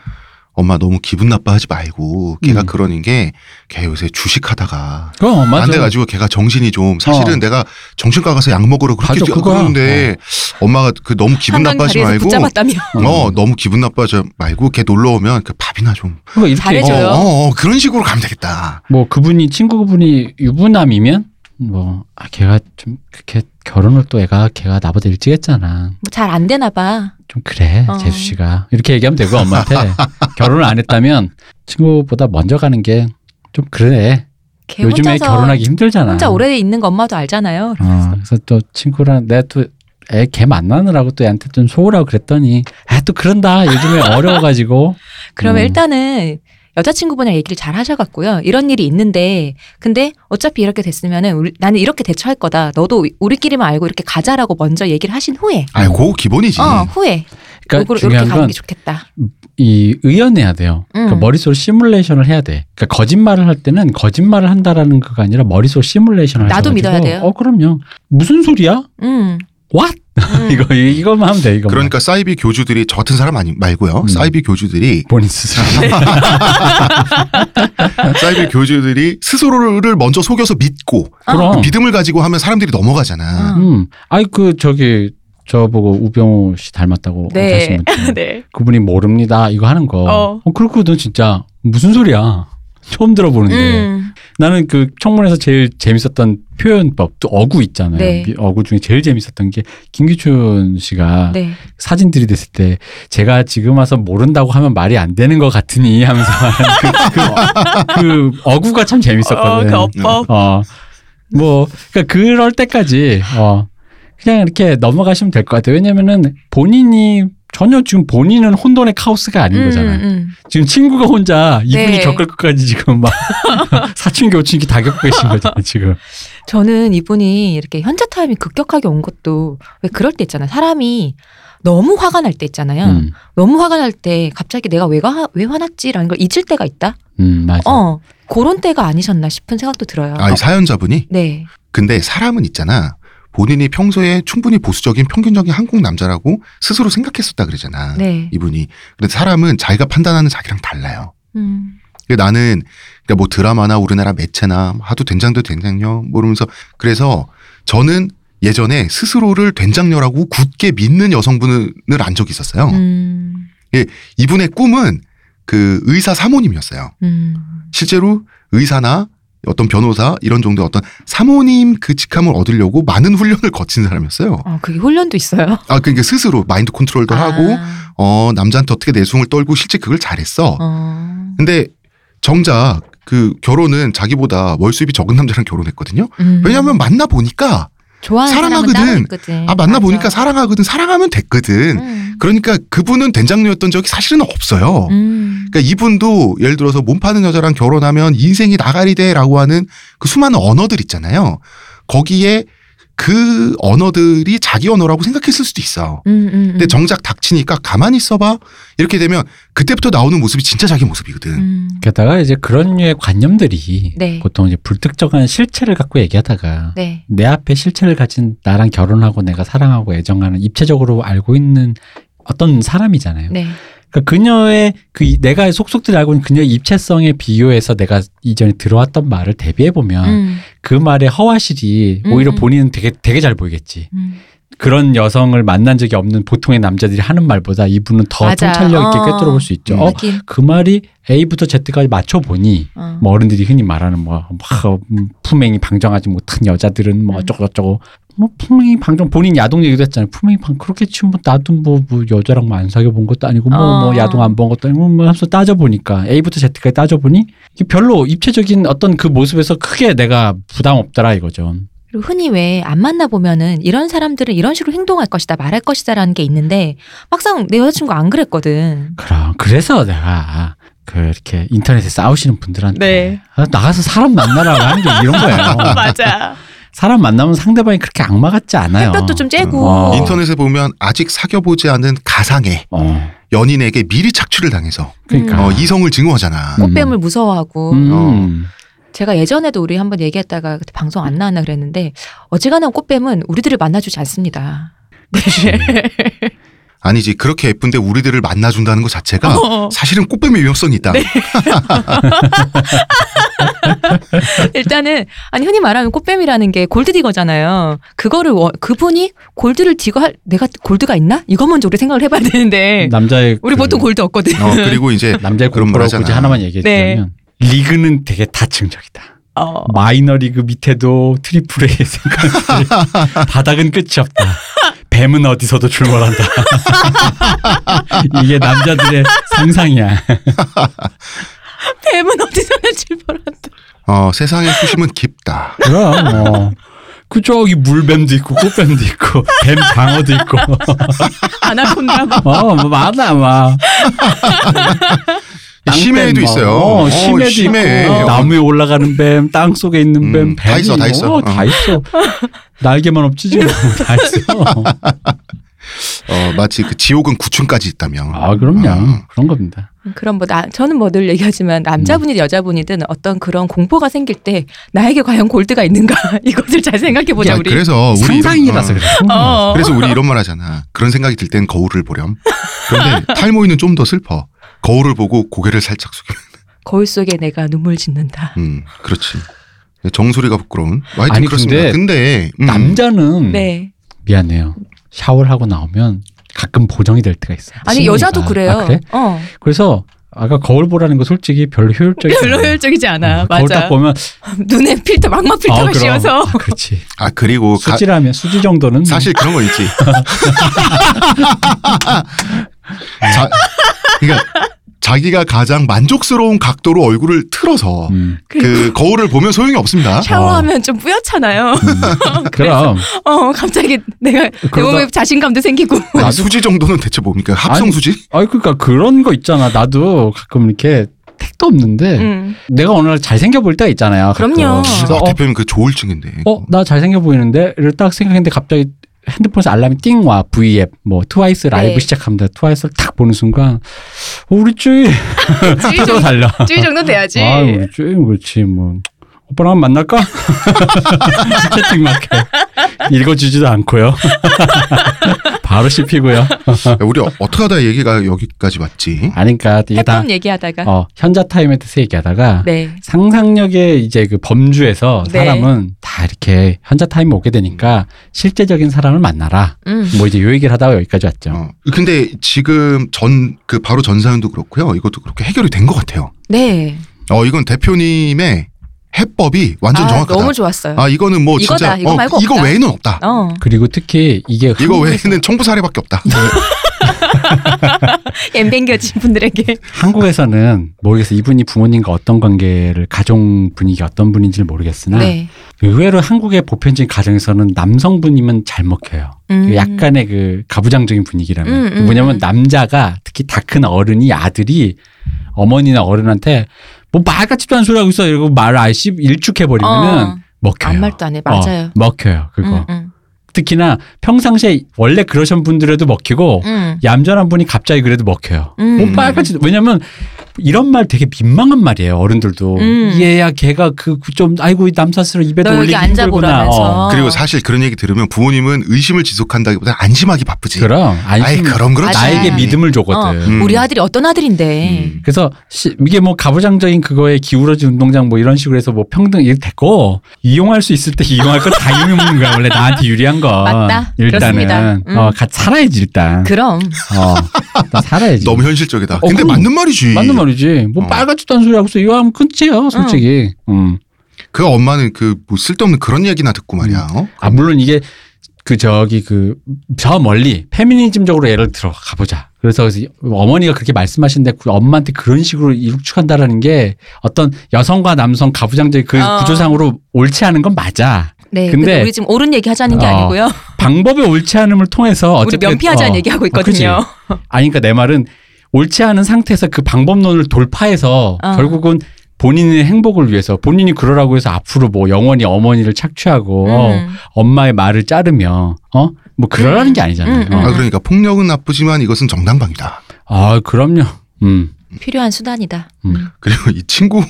Speaker 1: 엄마 너무 기분 나빠하지 말고 걔가
Speaker 3: 음.
Speaker 1: 그러는 게 걔 요새 주식하다가
Speaker 3: 어, 맞아.
Speaker 1: 안 돼가지고 걔가 정신이 좀 사실은
Speaker 3: 어.
Speaker 1: 내가 정신과 가서 약 먹으러 그렇게
Speaker 3: 맞아,
Speaker 1: 뛰어
Speaker 3: 그거야. 어.
Speaker 1: 그러는데 엄마가 그 너무 기분
Speaker 2: 한강
Speaker 1: 나빠하지
Speaker 2: 다리에서
Speaker 1: 말고
Speaker 2: 붙잡았다며. [LAUGHS] 뭐
Speaker 3: 음.
Speaker 1: 어 너무 기분 나빠하지 말고 걔 놀러 오면 그 밥이나 좀
Speaker 3: 그러니까 이렇게
Speaker 1: 어,
Speaker 2: 잘해줘요. 그래요?
Speaker 1: 어, 어, 그런 식으로 가면 되겠다
Speaker 3: 뭐 그분이 친구분이 유부남이면 뭐 아, 걔가 좀 그렇게 결혼을 또 애가 걔가 나보다 일찍 했잖아.
Speaker 2: 잘 안 되나 봐.
Speaker 3: 좀 그래
Speaker 2: 어.
Speaker 3: 재수 씨가 이렇게 얘기하면
Speaker 1: [LAUGHS]
Speaker 3: 되고 엄마한테 결혼을 안 했다면 친구보다 먼저 가는 게 좀 그래.
Speaker 2: 걔
Speaker 3: 요즘에
Speaker 2: 혼자서
Speaker 3: 결혼하기 힘들잖아.
Speaker 2: 혼자 오래 있는 거 엄마도 알잖아요.
Speaker 3: 어, 그래서 또 친구랑 내가 또애 걔 만나느라고 또 애한테 좀 소홀하고 그랬더니 아 또 그런다 요즘에 어려워가지고
Speaker 2: [LAUGHS] 그러면
Speaker 3: 음.
Speaker 2: 일단은 여자친구분이랑 얘기를 잘 하셔갖고요. 이런 일이 있는데, 근데 어차피 이렇게 됐으면은 우리- 나는 이렇게 대처할 거다. 너도 우리- 우리끼리만 알고 이렇게 가자라고 먼저 얘기를 하신 후에,
Speaker 3: 음.
Speaker 1: 아유, 그거 기본이지.
Speaker 2: 어 후에
Speaker 3: 그러니까
Speaker 2: 요거를 이렇게
Speaker 3: 중요한
Speaker 2: 가는
Speaker 3: 건
Speaker 2: 게 좋겠다.
Speaker 3: 이 의연해야 돼요. 그러니까
Speaker 2: 음.
Speaker 3: 머릿속으로 시뮬레이션을 해야 돼. 그러니까 거짓말을 할 때는 거짓말을 한다라는 거가 아니라 머릿속 시뮬레이션을
Speaker 2: 나도
Speaker 3: 하셔가지고,
Speaker 2: 믿어야 돼요.
Speaker 3: 어 그럼요. 무슨 소리야?
Speaker 2: 음,
Speaker 3: What?
Speaker 2: 음.
Speaker 3: [LAUGHS] 이거 이- 이것만 하면 돼. 이거
Speaker 1: 그러니까 사이비 교주들이 저 같은 사람 아니 말고요.
Speaker 3: 음.
Speaker 1: 사이비 교주들이
Speaker 3: 본인 스스로.
Speaker 2: 네.
Speaker 1: 사이비 교주들이 스스로를 먼저 속여서 믿고
Speaker 2: 아,
Speaker 3: 그럼.
Speaker 1: 믿음을 가지고 하면 사람들이 넘어가잖아.
Speaker 2: 어.
Speaker 3: 어. 음. 아이 그 저기 저 보고 우병우 씨 닮았다고
Speaker 2: 네. [LAUGHS]
Speaker 3: 다시 묻죠.
Speaker 2: 네.
Speaker 3: 그분이 모릅니다. 이거 하는 거.
Speaker 2: 어.
Speaker 3: 어, 그렇고 너 진짜 무슨 소리야? 처음 들어보는데.
Speaker 2: 음,
Speaker 3: 나는 그 청문회에서 제일 재밌었던 표현법, 또 어구 있잖아요.
Speaker 2: 네.
Speaker 3: 미- 어구 중에 제일 재밌었던 게 김기춘 씨가
Speaker 2: 네.
Speaker 3: 사진 들이댔을 때 제가 지금 와서 모른다고 하면 말이 안 되는 것 같으니 하면서 [LAUGHS] 그, 그, 어- 그 어구가 참 재밌었거든. 어, 뭐, 그러니까 그럴 때까지, 어, 그냥 이렇게 넘어가시면 될 것 같아요. 왜냐면은 본인이 전혀 지금 본인은 혼돈의 카오스가 아닌 거잖아요.
Speaker 2: 음, 음.
Speaker 3: 지금 친구가 혼자 이분이
Speaker 2: 네.
Speaker 3: 겪을 것까지 지금 막 사춘기, 오춘기 다 겪고 계신 거잖아요, 지금.
Speaker 2: 저는 이분이 이렇게 현자 타임이 급격하게 온 것도 왜 그럴 때 있잖아요. 사람이 너무 화가 날 때 있잖아요.
Speaker 3: 음,
Speaker 2: 너무 화가 날 때 갑자기 내가 왜, 가, 왜 화났지라는 걸 잊을 때가 있다.
Speaker 3: 음, 맞아.
Speaker 2: 어, 그런 때가 아니셨나 싶은 생각도 들어요.
Speaker 1: 아, 이 사연자분이?
Speaker 2: 네.
Speaker 1: 근데 사람은 있잖아. 본인이 평소에 충분히 보수적인 평균적인 한국 남자라고 스스로 생각했었다 그러잖아.
Speaker 2: 네.
Speaker 1: 이분이. 근데 사람은 자기가 판단하는 자기랑 달라요.
Speaker 2: 음.
Speaker 1: 근데 나는 그러니까 뭐 드라마나 우리나라 매체나 하도 된장도 된장녀 모르면서 그래서 저는 예전에 스스로를 된장녀라고 굳게 믿는 여성분을 안 적이 있었어요.
Speaker 2: 음.
Speaker 1: 이분의 꿈은 그 의사 사모님이었어요.
Speaker 2: 음.
Speaker 1: 실제로 의사나 어떤 변호사 이런 정도의 어떤 사모님 그 직함을 얻으려고 많은 훈련을 거친 사람이었어요.
Speaker 2: 아, 그게 훈련도 있어요.
Speaker 1: 아 그러니까 스스로 마인드 컨트롤도 하고
Speaker 2: 아,
Speaker 1: 어 남자한테 어떻게 내숭을 떨고 실제 그걸 잘했어.
Speaker 2: 어.
Speaker 1: 근데 정작 그 결혼은 자기보다 월 수입이 적은 남자랑 결혼했거든요.
Speaker 2: 음.
Speaker 1: 왜냐하면 만나 보니까
Speaker 2: 좋아하는 사람은
Speaker 1: 사랑하거든.
Speaker 2: 따로 있거든.
Speaker 1: 아 만나
Speaker 2: 음, 맞아.
Speaker 1: 보니까 사랑하거든 사랑하면 됐거든.
Speaker 2: 음.
Speaker 1: 그러니까 그분은 된장녀였던 적이 사실은 없어요.
Speaker 2: 음.
Speaker 1: 그러니까 이분도 예를 들어서 몸 파는 여자랑 결혼하면 인생이 나가리 돼라고 하는 그 수많은 언어들 있잖아요. 거기에 그 언어들이 자기 언어라고 생각했을 수도 있어.
Speaker 2: 음, 음, 음.
Speaker 1: 근데 정작 닥치니까 가만히 있어봐 이렇게 되면 그때부터 나오는 모습이 진짜 자기 모습이거든.
Speaker 2: 음.
Speaker 3: 게다가 이제 그런 류의 관념들이
Speaker 2: 네.
Speaker 3: 보통 이제 불특정한 실체를 갖고 얘기하다가
Speaker 2: 네.
Speaker 3: 내 앞에 실체를 가진 나랑 결혼하고 내가 사랑하고 애정하는 입체적으로 알고 있는 어떤 사람이잖아요.
Speaker 2: 네.
Speaker 3: 그러니까 그녀의 그 이- 내가 속속들이 알고 있는 그녀의 입체성에 비교해서 내가 이전에 들어왔던 말을 대비해
Speaker 1: 아.
Speaker 3: 보면
Speaker 2: 음.
Speaker 3: 그 말의 허화실이 오히려
Speaker 2: 음.
Speaker 3: 본인은 되게 되게 잘 보이겠지.
Speaker 2: 음.
Speaker 3: 그런 여성을 만난 적이 없는 보통의 남자들이 하는 말보다 이분은 더
Speaker 2: 맞아.
Speaker 3: 통찰력 있게
Speaker 2: 어.
Speaker 3: 꿰뚫어 볼 수 있죠. 어,
Speaker 2: 하긴.
Speaker 3: 그 말이 A부터 Z까지 맞춰 보니
Speaker 2: 어.
Speaker 3: 뭐 어른들이 흔히 말하는 뭐, 뭐 음, 품행이 방정하지 못한 여자들은 뭐
Speaker 2: 음.
Speaker 3: 어쩌고저쩌고 뭐 품행이 방정 본인 야동 얘기도 했잖아요. 품행이 방 그렇게 치면 뭐 나도 뭐, 뭐 여자랑 뭐 안 사귀어 본 것도 아니고 뭐 뭐
Speaker 2: 어.
Speaker 3: 야동 안 본 것도 아니고 뭐 하면서 따져 보니까 A부터 Z까지 따져 보니 이게 별로 입체적인 어떤 그 모습에서 크게 내가 부담 없더라 이거죠.
Speaker 2: 그리고 흔히 왜 안 만나 보면은 이런 사람들은 이런 식으로 행동할 것이다, 말할 것이다라는 게 있는데 막상 내 여자친구 안 그랬거든.
Speaker 3: 그럼 그래서 내가 그 이렇게 인터넷에 싸우시는 분들한테
Speaker 2: 네.
Speaker 3: 아, 나가서 사람 만나라고 하는 게 이런 거예요.
Speaker 2: [LAUGHS] 맞아.
Speaker 3: 사람 만나면 상대방이 그렇게 악마 같지 않아요.
Speaker 2: 햇볕도 좀 쬐고.
Speaker 3: 어.
Speaker 1: 인터넷에 보면 아직 사귀어보지 않은 가상의
Speaker 3: 어.
Speaker 1: 연인에게 미리 착취를 당해서
Speaker 2: 음.
Speaker 3: 그러니까.
Speaker 1: 어, 이성을 증오하잖아.
Speaker 3: 음.
Speaker 2: 꽃뱀을 무서워하고
Speaker 3: 음.
Speaker 2: 제가 예전에도 우리 한번 얘기했다가 그때 방송 안 나왔나 그랬는데 어지간한 꽃뱀은 우리들을 만나주지 않습니다. 네.
Speaker 1: 아니지 그렇게 예쁜데 우리들을 만나준다는 것 자체가
Speaker 2: 어.
Speaker 1: 사실은 꽃뱀의 위험성이 있다.
Speaker 2: [LAUGHS] 일단은 아니 흔히 말하는 꽃뱀이라는 게 골드디거잖아요. 그거를 원- 그분이 골드를 디거 할 내가 골드가 있나? 이거 먼저 우리 생각을 해봐야 되는데
Speaker 3: 남자의
Speaker 2: [LAUGHS] 우리
Speaker 3: 그
Speaker 2: 보통 골드 없거든.
Speaker 1: 네. 어, 그리고 이제
Speaker 3: 남자의
Speaker 1: 그런
Speaker 3: 골프라고
Speaker 1: 말하잖아.
Speaker 3: 굳이 하나만 얘기해
Speaker 2: 네.
Speaker 3: 주자면 리그는 되게 다층적이다.
Speaker 2: [LAUGHS] 어.
Speaker 3: 마이너리그 밑에도 [LAUGHS] 트리플 A 생각들 바닥은 끝이 없다. 뱀은 어디서도 출몰한다. [LAUGHS] 이게 남자들의 상상이야.
Speaker 2: 뱀은 어디서나 출발한다.
Speaker 1: 어, 세상의 수심은 깊다.
Speaker 3: 그럼 어. 그 저기 물뱀도 있고 꽃뱀도 있고 뱀 장어도 있고
Speaker 1: [LAUGHS]
Speaker 2: 아나콘다.
Speaker 3: 어 많아 막
Speaker 1: 이 네, 심해에도
Speaker 3: 땅뱀 막.
Speaker 1: 있어요.
Speaker 3: 어,
Speaker 1: 어,
Speaker 3: 심해도
Speaker 1: 심해.
Speaker 3: 있고
Speaker 1: 어.
Speaker 3: 나무에 올라가는 뱀, 땅 속에 있는 뱀,
Speaker 1: 음, 다
Speaker 3: 뱀이
Speaker 1: 있어, 다 있어.
Speaker 3: 어, 다
Speaker 1: 어.
Speaker 3: 있어. 날개만 없지 지금 [LAUGHS] 다 있어.
Speaker 1: 어, 마치 그 지옥은 9층까지 있다며.
Speaker 3: 아 그럼요
Speaker 1: 어.
Speaker 3: 그런 겁니다.
Speaker 2: 그럼 뭐 나, 저는 뭐 늘 얘기하지만
Speaker 1: 음.
Speaker 2: 남자분이든 여자분이든 어떤 그런 공포가 생길 때 나에게 과연 골드가 있는가 [LAUGHS] 이것을 잘 생각해 보자
Speaker 1: 야,
Speaker 2: 우리.
Speaker 1: 아, 그래서 우리
Speaker 3: 상상이라서
Speaker 1: 이런- 어,
Speaker 3: 그래.
Speaker 2: 어.
Speaker 1: 그래서 우리 이런 말 하잖아. 그런 생각이 들 땐 거울을 보렴. 그런데
Speaker 3: [LAUGHS]
Speaker 1: 탈모인은 좀 더 슬퍼. 거울을 보고 고개를 살짝 숙여.
Speaker 2: 거울 속에 내가 눈물 짓는다.
Speaker 1: 음, 그렇지. 정소리가 부끄러운. 하여튼
Speaker 3: 아니,
Speaker 1: 그렇습니다. 근데,
Speaker 3: 근데
Speaker 1: 음,
Speaker 3: 남자는
Speaker 2: 네.
Speaker 3: 미안해요. 샤워를 하고 나오면 가끔 보정이 될 때가 있어.
Speaker 2: 아니
Speaker 3: 심리가.
Speaker 2: 여자도 그래요.
Speaker 3: 아, 그래?
Speaker 2: 어.
Speaker 3: 그래서 아까 거울 보라는 거 솔직히 별로 효율적이
Speaker 2: 별로 효율적이지 않아.
Speaker 3: 음, 거울 딱
Speaker 2: 맞아.
Speaker 3: 보면
Speaker 2: 눈에 필터 막막
Speaker 3: 아,
Speaker 2: 필터가
Speaker 3: 그럼.
Speaker 2: 씌워서
Speaker 3: 아, 그렇지.
Speaker 1: 아 그리고 가-
Speaker 3: 수지라면 수지 정도는 뭐.
Speaker 1: 사실 그런 거
Speaker 3: [LAUGHS]
Speaker 1: 있지. 자, 그러니까 자기가 가장 만족스러운 각도로 얼굴을 틀어서
Speaker 3: 음.
Speaker 1: 그 거울을 보면 소용이 없습니다.
Speaker 2: 샤워하면 좀 뿌옇잖아요.
Speaker 3: 아. [LAUGHS] 음. 그럼
Speaker 2: [LAUGHS] 어 갑자기 내가 내
Speaker 3: 그러다-
Speaker 2: 몸에 자신감도 생기고.
Speaker 1: 아니,
Speaker 3: 나도-
Speaker 1: 수지 정도는 대체 뭡니까? 합성
Speaker 3: 아니,
Speaker 1: 수지?
Speaker 3: 아니 그러니까 그런 거 있잖아. 나도 가끔 이렇게 택도 없는데
Speaker 2: 음.
Speaker 3: 내가 어느 날 잘생겨 보일 때가 있잖아요. 가끔.
Speaker 2: 그럼요.
Speaker 3: 그래서
Speaker 1: 아,
Speaker 3: 어,
Speaker 1: 대표님 그 조울증인데.
Speaker 3: 어, 나 잘생겨 보이는데? 를딱 생각했는데 갑자기 핸드폰에서 알람이 띵 와. V 앱. 뭐 트와이스 라이브
Speaker 2: 네.
Speaker 3: 시작합니다. 트와이스를 탁 보는 순간 어, 우리 쭈이
Speaker 2: 쭈이
Speaker 3: 또
Speaker 2: 정도,
Speaker 3: 달라.
Speaker 2: [LAUGHS] 쭈이 정도 돼야지.
Speaker 3: 아, 우리 쭈이 그렇지 뭐. 오빠랑 한번 만날까? [LAUGHS] 채팅 막 해. 읽어주지도 않고요. [LAUGHS] 바로 씹히고요.
Speaker 1: 야, 우리 어- 어떻게 하다 얘기가 여기까지 왔지?
Speaker 3: 아니까 이게 다
Speaker 2: 해법 얘기하다가.
Speaker 3: 어, 현자 타임에 대해서 얘기하다가
Speaker 2: 네.
Speaker 3: 상상력의 이제 그 범주에서
Speaker 2: 네.
Speaker 3: 사람은 다 이렇게 현자 타임에 오게 되니까 실제적인 사람을 만나라.
Speaker 2: 음.
Speaker 3: 뭐 이제 요 얘기를 하다가 여기까지 왔죠.
Speaker 1: 어. 근데 지금 전 그 바로 전 사연도 그렇고요. 이것도 그렇게 해결이 된 것 같아요.
Speaker 2: 네.
Speaker 1: 어 이건 대표님의 해법이 완전
Speaker 2: 아,
Speaker 1: 정확하다.
Speaker 2: 너무 좋았어요.
Speaker 1: 아 이거는 뭐
Speaker 2: 이거다.
Speaker 1: 진짜
Speaker 2: 이거
Speaker 1: 어,
Speaker 2: 말고
Speaker 1: 이거
Speaker 2: 없다.
Speaker 1: 외에는 없다.
Speaker 2: 어.
Speaker 3: 그리고 특히 이게
Speaker 1: 이거
Speaker 3: 한국-
Speaker 1: 외에는 청부 사례밖에 없다.
Speaker 2: 엠뱅겨진 분들에게.
Speaker 3: 한국에서는 모르겠어요. 이분이 부모님과 어떤 관계를 가정 분위기 어떤 분인지를 모르겠으나
Speaker 1: 음.
Speaker 2: 네.
Speaker 3: 의외로 한국의 보편적인 가정에서는 남성분이면 잘 먹혀요.
Speaker 2: 음.
Speaker 3: 약간의 그 가부장적인 분위기라면
Speaker 2: 음, 음,
Speaker 3: 뭐냐면
Speaker 2: 음.
Speaker 3: 남자가 특히 다 큰 어른이 아들이 어머니나 어른한테 뭐 말같지도 않은 소리 하고 있어 이러고 말을 아예 씹- 일축해버리면은
Speaker 2: 어.
Speaker 3: 먹혀요.
Speaker 2: 아무 말도 안 해. 맞아요.
Speaker 3: 어, 먹혀요 그거.
Speaker 2: 음, 음,
Speaker 3: 특히나 평상시에 원래 그러신 분들에도 먹히고
Speaker 2: 음.
Speaker 3: 얌전한 분이 갑자기 그래도 먹혀요. 뭐
Speaker 2: 음.
Speaker 3: 빨갛지 왜냐면 이런 말 되게 민망한 말이에요 어른들도
Speaker 2: 음.
Speaker 3: 얘야 걔가 그 좀 아이고 이 남사스러 입에도
Speaker 2: 너
Speaker 3: 올리기
Speaker 2: 여기
Speaker 3: 힘들구나 어.
Speaker 2: 앉아보라면서. 음.
Speaker 1: 그리고 사실 그런 얘기 들으면 부모님은 의심을 지속한다기보다 안심하기 바쁘지.
Speaker 3: 그럼
Speaker 1: 아이
Speaker 3: 안심
Speaker 1: 그럼 그렇지.
Speaker 3: 나에게
Speaker 2: 맞아요.
Speaker 3: 믿음을 주거든.
Speaker 2: 어.
Speaker 1: 음.
Speaker 2: 우리 아들이 어떤 아들인데.
Speaker 1: 음.
Speaker 3: 그래서 시- 이게 뭐 가부장적인 그거에 기울어진 운동장 뭐 이런 식으로 해서 뭐 평등 이렇게 됐고 이용할 수 있을 때 이용할 건 다 이용해먹는 거야 원래 나한테 유리한 건
Speaker 2: 맞다. 그렇습니다.
Speaker 3: 일단은
Speaker 2: 음.
Speaker 3: 어, 같이 살아야지 일단
Speaker 2: 그럼
Speaker 3: 어, 일단
Speaker 1: [LAUGHS]
Speaker 3: 살아야지
Speaker 1: 너무 현실적이다.
Speaker 3: 어,
Speaker 1: 근데
Speaker 3: 그럼.
Speaker 1: 맞는 말이지.
Speaker 3: 맞는 말이지 뭐
Speaker 1: 어.
Speaker 3: 빨갛지도 않은 소리 하고 있어 이거 하면 끝이에요 솔직히
Speaker 2: 어.
Speaker 3: 음.
Speaker 1: 그 엄마는 그 뭐 쓸데없는 그런 얘기나 듣고 말이야. 어?
Speaker 3: 아 물론 이게 그 저기 그 저 멀리 페미니즘적으로 예를 들어 가보자. 그래서 그래서 어머니가 그렇게 말씀하시는데 그 엄마한테 그런 식으로 일축한다라는 게 어떤 여성과 남성 가부장적인 그
Speaker 2: 어.
Speaker 3: 구조상으로 옳지 않은 건 맞아.
Speaker 2: 네.
Speaker 3: 근데-
Speaker 2: 근데, 우리 지금 옳은 얘기 하자는 게
Speaker 3: 어,
Speaker 2: 아니고요.
Speaker 3: 방법의 옳지 않음을 통해서
Speaker 2: 우리
Speaker 3: 어쨌든
Speaker 2: 면피하자는
Speaker 3: 어,
Speaker 2: 얘기하고
Speaker 3: 어, 그치.
Speaker 2: 있거든요.
Speaker 3: 아니 그러니까 내 말은 옳지 않은 상태에서 그 방법론을 돌파해서
Speaker 2: 어.
Speaker 3: 결국은 본인의 행복을 위해서 본인이 그러라고 해서 앞으로 뭐 영원히 어머니를 착취하고
Speaker 2: 음.
Speaker 3: 엄마의 말을 자르며 어 뭐 그러라는
Speaker 2: 음.
Speaker 3: 게 아니잖아요.
Speaker 2: 음, 음.
Speaker 3: 어.
Speaker 1: 아 그러니까 폭력은 나쁘지만 이것은 정당방위다.
Speaker 3: 아, 그럼요. 음.
Speaker 2: 필요한 수단이다.
Speaker 3: 음.
Speaker 2: 음.
Speaker 1: 그리고 이 친구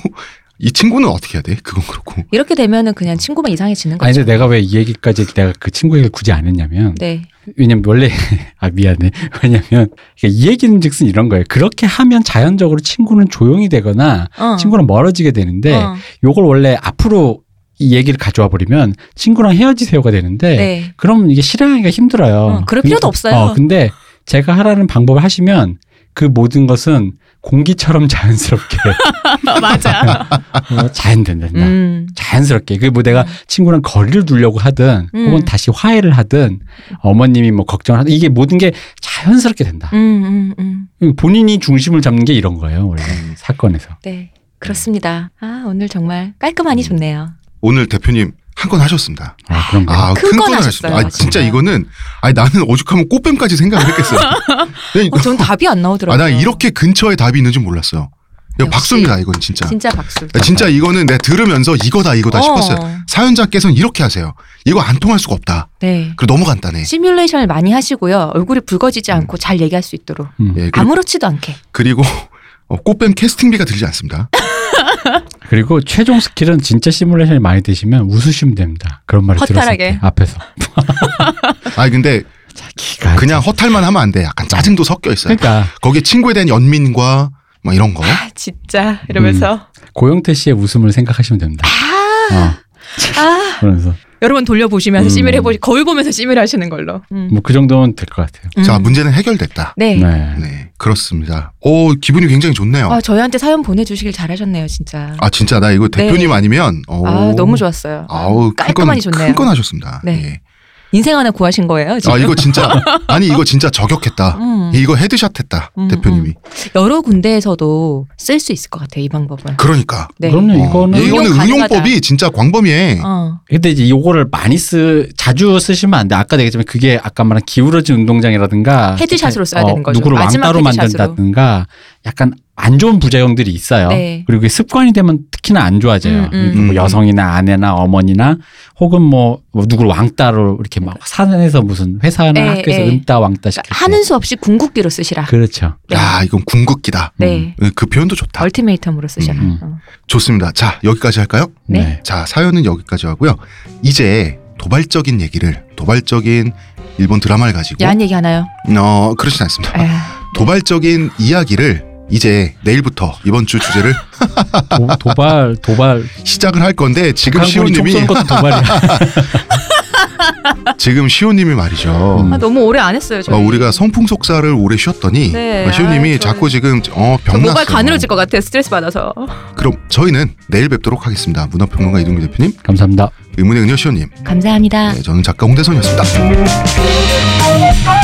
Speaker 1: 이 친구는 어떻게 해야 돼? 그건 그렇고.
Speaker 2: 이렇게 되면은 그냥 친구만 이상해지는
Speaker 3: 아니,
Speaker 2: 거죠.
Speaker 3: 근데 내가 왜 이 얘기까지 내가 그 친구 얘기를 굳이 안 했냐면,
Speaker 2: 네.
Speaker 3: 왜냐면 원래, [LAUGHS] 아, 미안해. 왜냐면, 그러니까 이 얘기는 즉슨 이런 거예요. 그렇게 하면 자연적으로 친구는 조용히 되거나,
Speaker 2: 어.
Speaker 3: 친구랑 네. 멀어지게 되는데,
Speaker 2: 어.
Speaker 3: 요걸 원래 앞으로 이 얘기를 가져와 버리면, 친구랑 헤어지세요가 되는데,
Speaker 2: 네.
Speaker 3: 그럼 이게 실행하기가 힘들어요.
Speaker 2: 어, 그럴
Speaker 3: 근데-
Speaker 2: 필요도 없어요.
Speaker 3: 어, 근데 제가 하라는 방법을 하시면, 그 모든 것은 공기처럼 자연스럽게
Speaker 2: [LAUGHS]
Speaker 6: 맞아.
Speaker 3: 어, 자연된다.
Speaker 2: 음.
Speaker 3: 자연스럽게 그 뭐 내가 친구랑 거리를 두려고 하든
Speaker 2: 음.
Speaker 3: 혹은 다시 화해를 하든 어머님이 뭐 걱정을 하든 이게 모든 게 자연스럽게 된다.
Speaker 2: 음, 음, 음.
Speaker 3: 본인이 중심을 잡는 게 이런 거예요 원래 사건에서.
Speaker 2: 네. 그렇습니다. 아, 오늘 정말 깔끔하니 좋네요.
Speaker 1: 오늘 대표님 한 건 하셨습니다.
Speaker 3: 아 그런 거.
Speaker 1: 아,
Speaker 2: 큰건
Speaker 1: 큰건
Speaker 2: 하셨어요,
Speaker 1: 하셨습니다. 아, 진짜
Speaker 3: 음.
Speaker 2: 진짜.
Speaker 1: 이거는 아니 나는 오죽하면 꽃뱀까지 생각을
Speaker 2: [LAUGHS]
Speaker 1: 했겠어요. 그냥 이거-
Speaker 2: 어, 전 답이 안 나오더라고요.
Speaker 1: 아, 나 이렇게 근처에 답이 있는 줄 몰랐어요. 이거
Speaker 2: 역시.
Speaker 1: 박수입니다. 이건 진짜. 아, 진짜,
Speaker 2: 진짜 박수.
Speaker 1: 이거는 내가 들으면서 이거다 이거다 싶었어요.
Speaker 2: 어,
Speaker 1: 사연자께서는 이렇게 하세요. 이거 안 통할 수가 없다.
Speaker 2: 네.
Speaker 1: 그리고 너무 간단해.
Speaker 2: 시뮬레이션을 많이 하시고요. 얼굴이 붉어지지 않고 잘 얘기할 수 있도록.
Speaker 1: 예, 그리고,
Speaker 2: 아무렇지도 않게.
Speaker 1: 그리고 [LAUGHS] 어, 꽃뱀 캐스팅비가 들지 않습니다.
Speaker 3: 그리고 최종 스킬은 진짜 시뮬레이션이 많이 되시면 웃으시면 됩니다. 그런 말을 들었을
Speaker 2: 허탈하게.
Speaker 3: 때 앞에서
Speaker 1: 아니 근데
Speaker 3: 자,
Speaker 2: 아,
Speaker 3: 기가
Speaker 1: 그냥 허탈만 하면 안 돼. 약간 짜증도 섞여 있어요.
Speaker 3: 그러니까
Speaker 1: 거기에 친구에 대한 연민과 막 이런 거.
Speaker 2: 아, 진짜
Speaker 1: 음.
Speaker 3: 이러면서. 고영태 씨의 웃음을 생각하시면 됩니다. 어,
Speaker 2: 아,
Speaker 3: 그러면서
Speaker 6: 여러분 돌려보시면서
Speaker 3: 음.
Speaker 6: 시뮬해보시, 거울 보면서 시뮬하시는 걸로.
Speaker 2: 음.
Speaker 3: 뭐 그 정도면 될 것 같아요.
Speaker 2: 음.
Speaker 1: 자 문제는 해결됐다.
Speaker 2: 네.
Speaker 3: 네.
Speaker 1: 네 그렇습니다. 오 기분이 굉장히 좋네요.
Speaker 2: 아, 저희한테 사연 보내주시길 잘하셨네요, 진짜.
Speaker 1: 아 진짜 나 이거 대표님 아니면 오.
Speaker 2: 네. 아, 너무 좋았어요.
Speaker 1: 아우
Speaker 2: 깔끔하니
Speaker 1: 큰건,
Speaker 2: 좋네요.
Speaker 1: 큰건 하셨습니다.
Speaker 2: 네.
Speaker 1: 예.
Speaker 2: 인생 하나 구하신 거예요, 지금.
Speaker 1: 아 이거
Speaker 2: [LAUGHS]
Speaker 1: 진짜 아니 이거 진짜 저격했다.
Speaker 2: 음.
Speaker 1: 이거 헤드샷 했다
Speaker 2: 음,
Speaker 1: 대표님이.
Speaker 2: 여러 군데에서도 쓸 수 있을 것 같아요, 이 방법을.
Speaker 1: 그러니까
Speaker 2: 네.
Speaker 3: 그럼요.
Speaker 1: 어,
Speaker 3: 이거는
Speaker 2: 이거-
Speaker 1: 이거는
Speaker 2: 응용
Speaker 1: 응용법이 진짜 광범위해.
Speaker 2: 어.
Speaker 3: 근데 이제 요거를 많이 쓰 자주 쓰시면 안 돼. 아까 얘기했지만 그게 아까 말한 기울어진 운동장이라든가
Speaker 2: 헤드샷으로 써야
Speaker 3: 어,
Speaker 2: 되는 거죠.
Speaker 3: 누구를
Speaker 2: 마지막
Speaker 3: 왕따로
Speaker 2: 헤드샷으로.
Speaker 3: 만든다든가 약간 안 좋은 부작용들이 있어요.
Speaker 2: 네.
Speaker 3: 그리고 이게 습관이 되면 특히나 안 좋아져요.
Speaker 2: 음, 음.
Speaker 3: 뭐 여성이나 아내나 어머니나 혹은 뭐, 뭐 누구를 왕따로 이렇게 막 산에서 무슨 회사나
Speaker 2: 에,
Speaker 3: 학교에서
Speaker 2: 에.
Speaker 3: 은따 왕따 시키고
Speaker 2: 네, 그러니까 하는 수 없이 궁극기로 쓰시라.
Speaker 3: 그렇죠.
Speaker 2: 네.
Speaker 1: 야 이건 궁극기다.
Speaker 2: 네.
Speaker 1: 음, 그 표현도 좋다.
Speaker 2: 얼티메이텀으로 쓰셔라.
Speaker 3: 음,
Speaker 2: 어.
Speaker 1: 좋습니다. 자 여기까지 할까요?
Speaker 2: 네.
Speaker 1: 자 사연은 여기까지 하고요. 이제 도발적인 얘기를 도발적인 일본 드라마를 가지고
Speaker 2: 야한 얘기 하나요? 아,
Speaker 1: 어 그렇진 않습니다.
Speaker 6: 네.
Speaker 2: 에휴,
Speaker 1: 도발적인 이야기를 이제 내일부터 이번 주
Speaker 6: [LAUGHS]
Speaker 1: 주제를
Speaker 3: 도, 도발 도발
Speaker 1: 시작을 할 건데 지금
Speaker 3: 북한군이 총
Speaker 1: 시호님이
Speaker 3: 쏘는 것도 도발이야. [LAUGHS]
Speaker 1: 지금 시호님이 말이죠.
Speaker 3: 음.
Speaker 6: 아, 너무 오래 안 했어요,
Speaker 1: 어,
Speaker 6: 저희.
Speaker 1: 우리가 성풍속사를 오래 쉬었더니
Speaker 6: 네,
Speaker 1: 어, 시호님이
Speaker 6: 아이, 저는-
Speaker 1: 자꾸 지금 어
Speaker 6: 저
Speaker 1: 병났어요.
Speaker 6: 모발 가늘어질 것 같아요, 스트레스 받아서.
Speaker 1: 그럼 저희는 내일 뵙도록 하겠습니다. 문화평론가 이동규 대표님,
Speaker 3: 감사합니다.
Speaker 1: 의문의 은여 시호님,
Speaker 2: 감사합니다.
Speaker 1: 네, 저는 작가 홍대선이었습니다.
Speaker 5: 아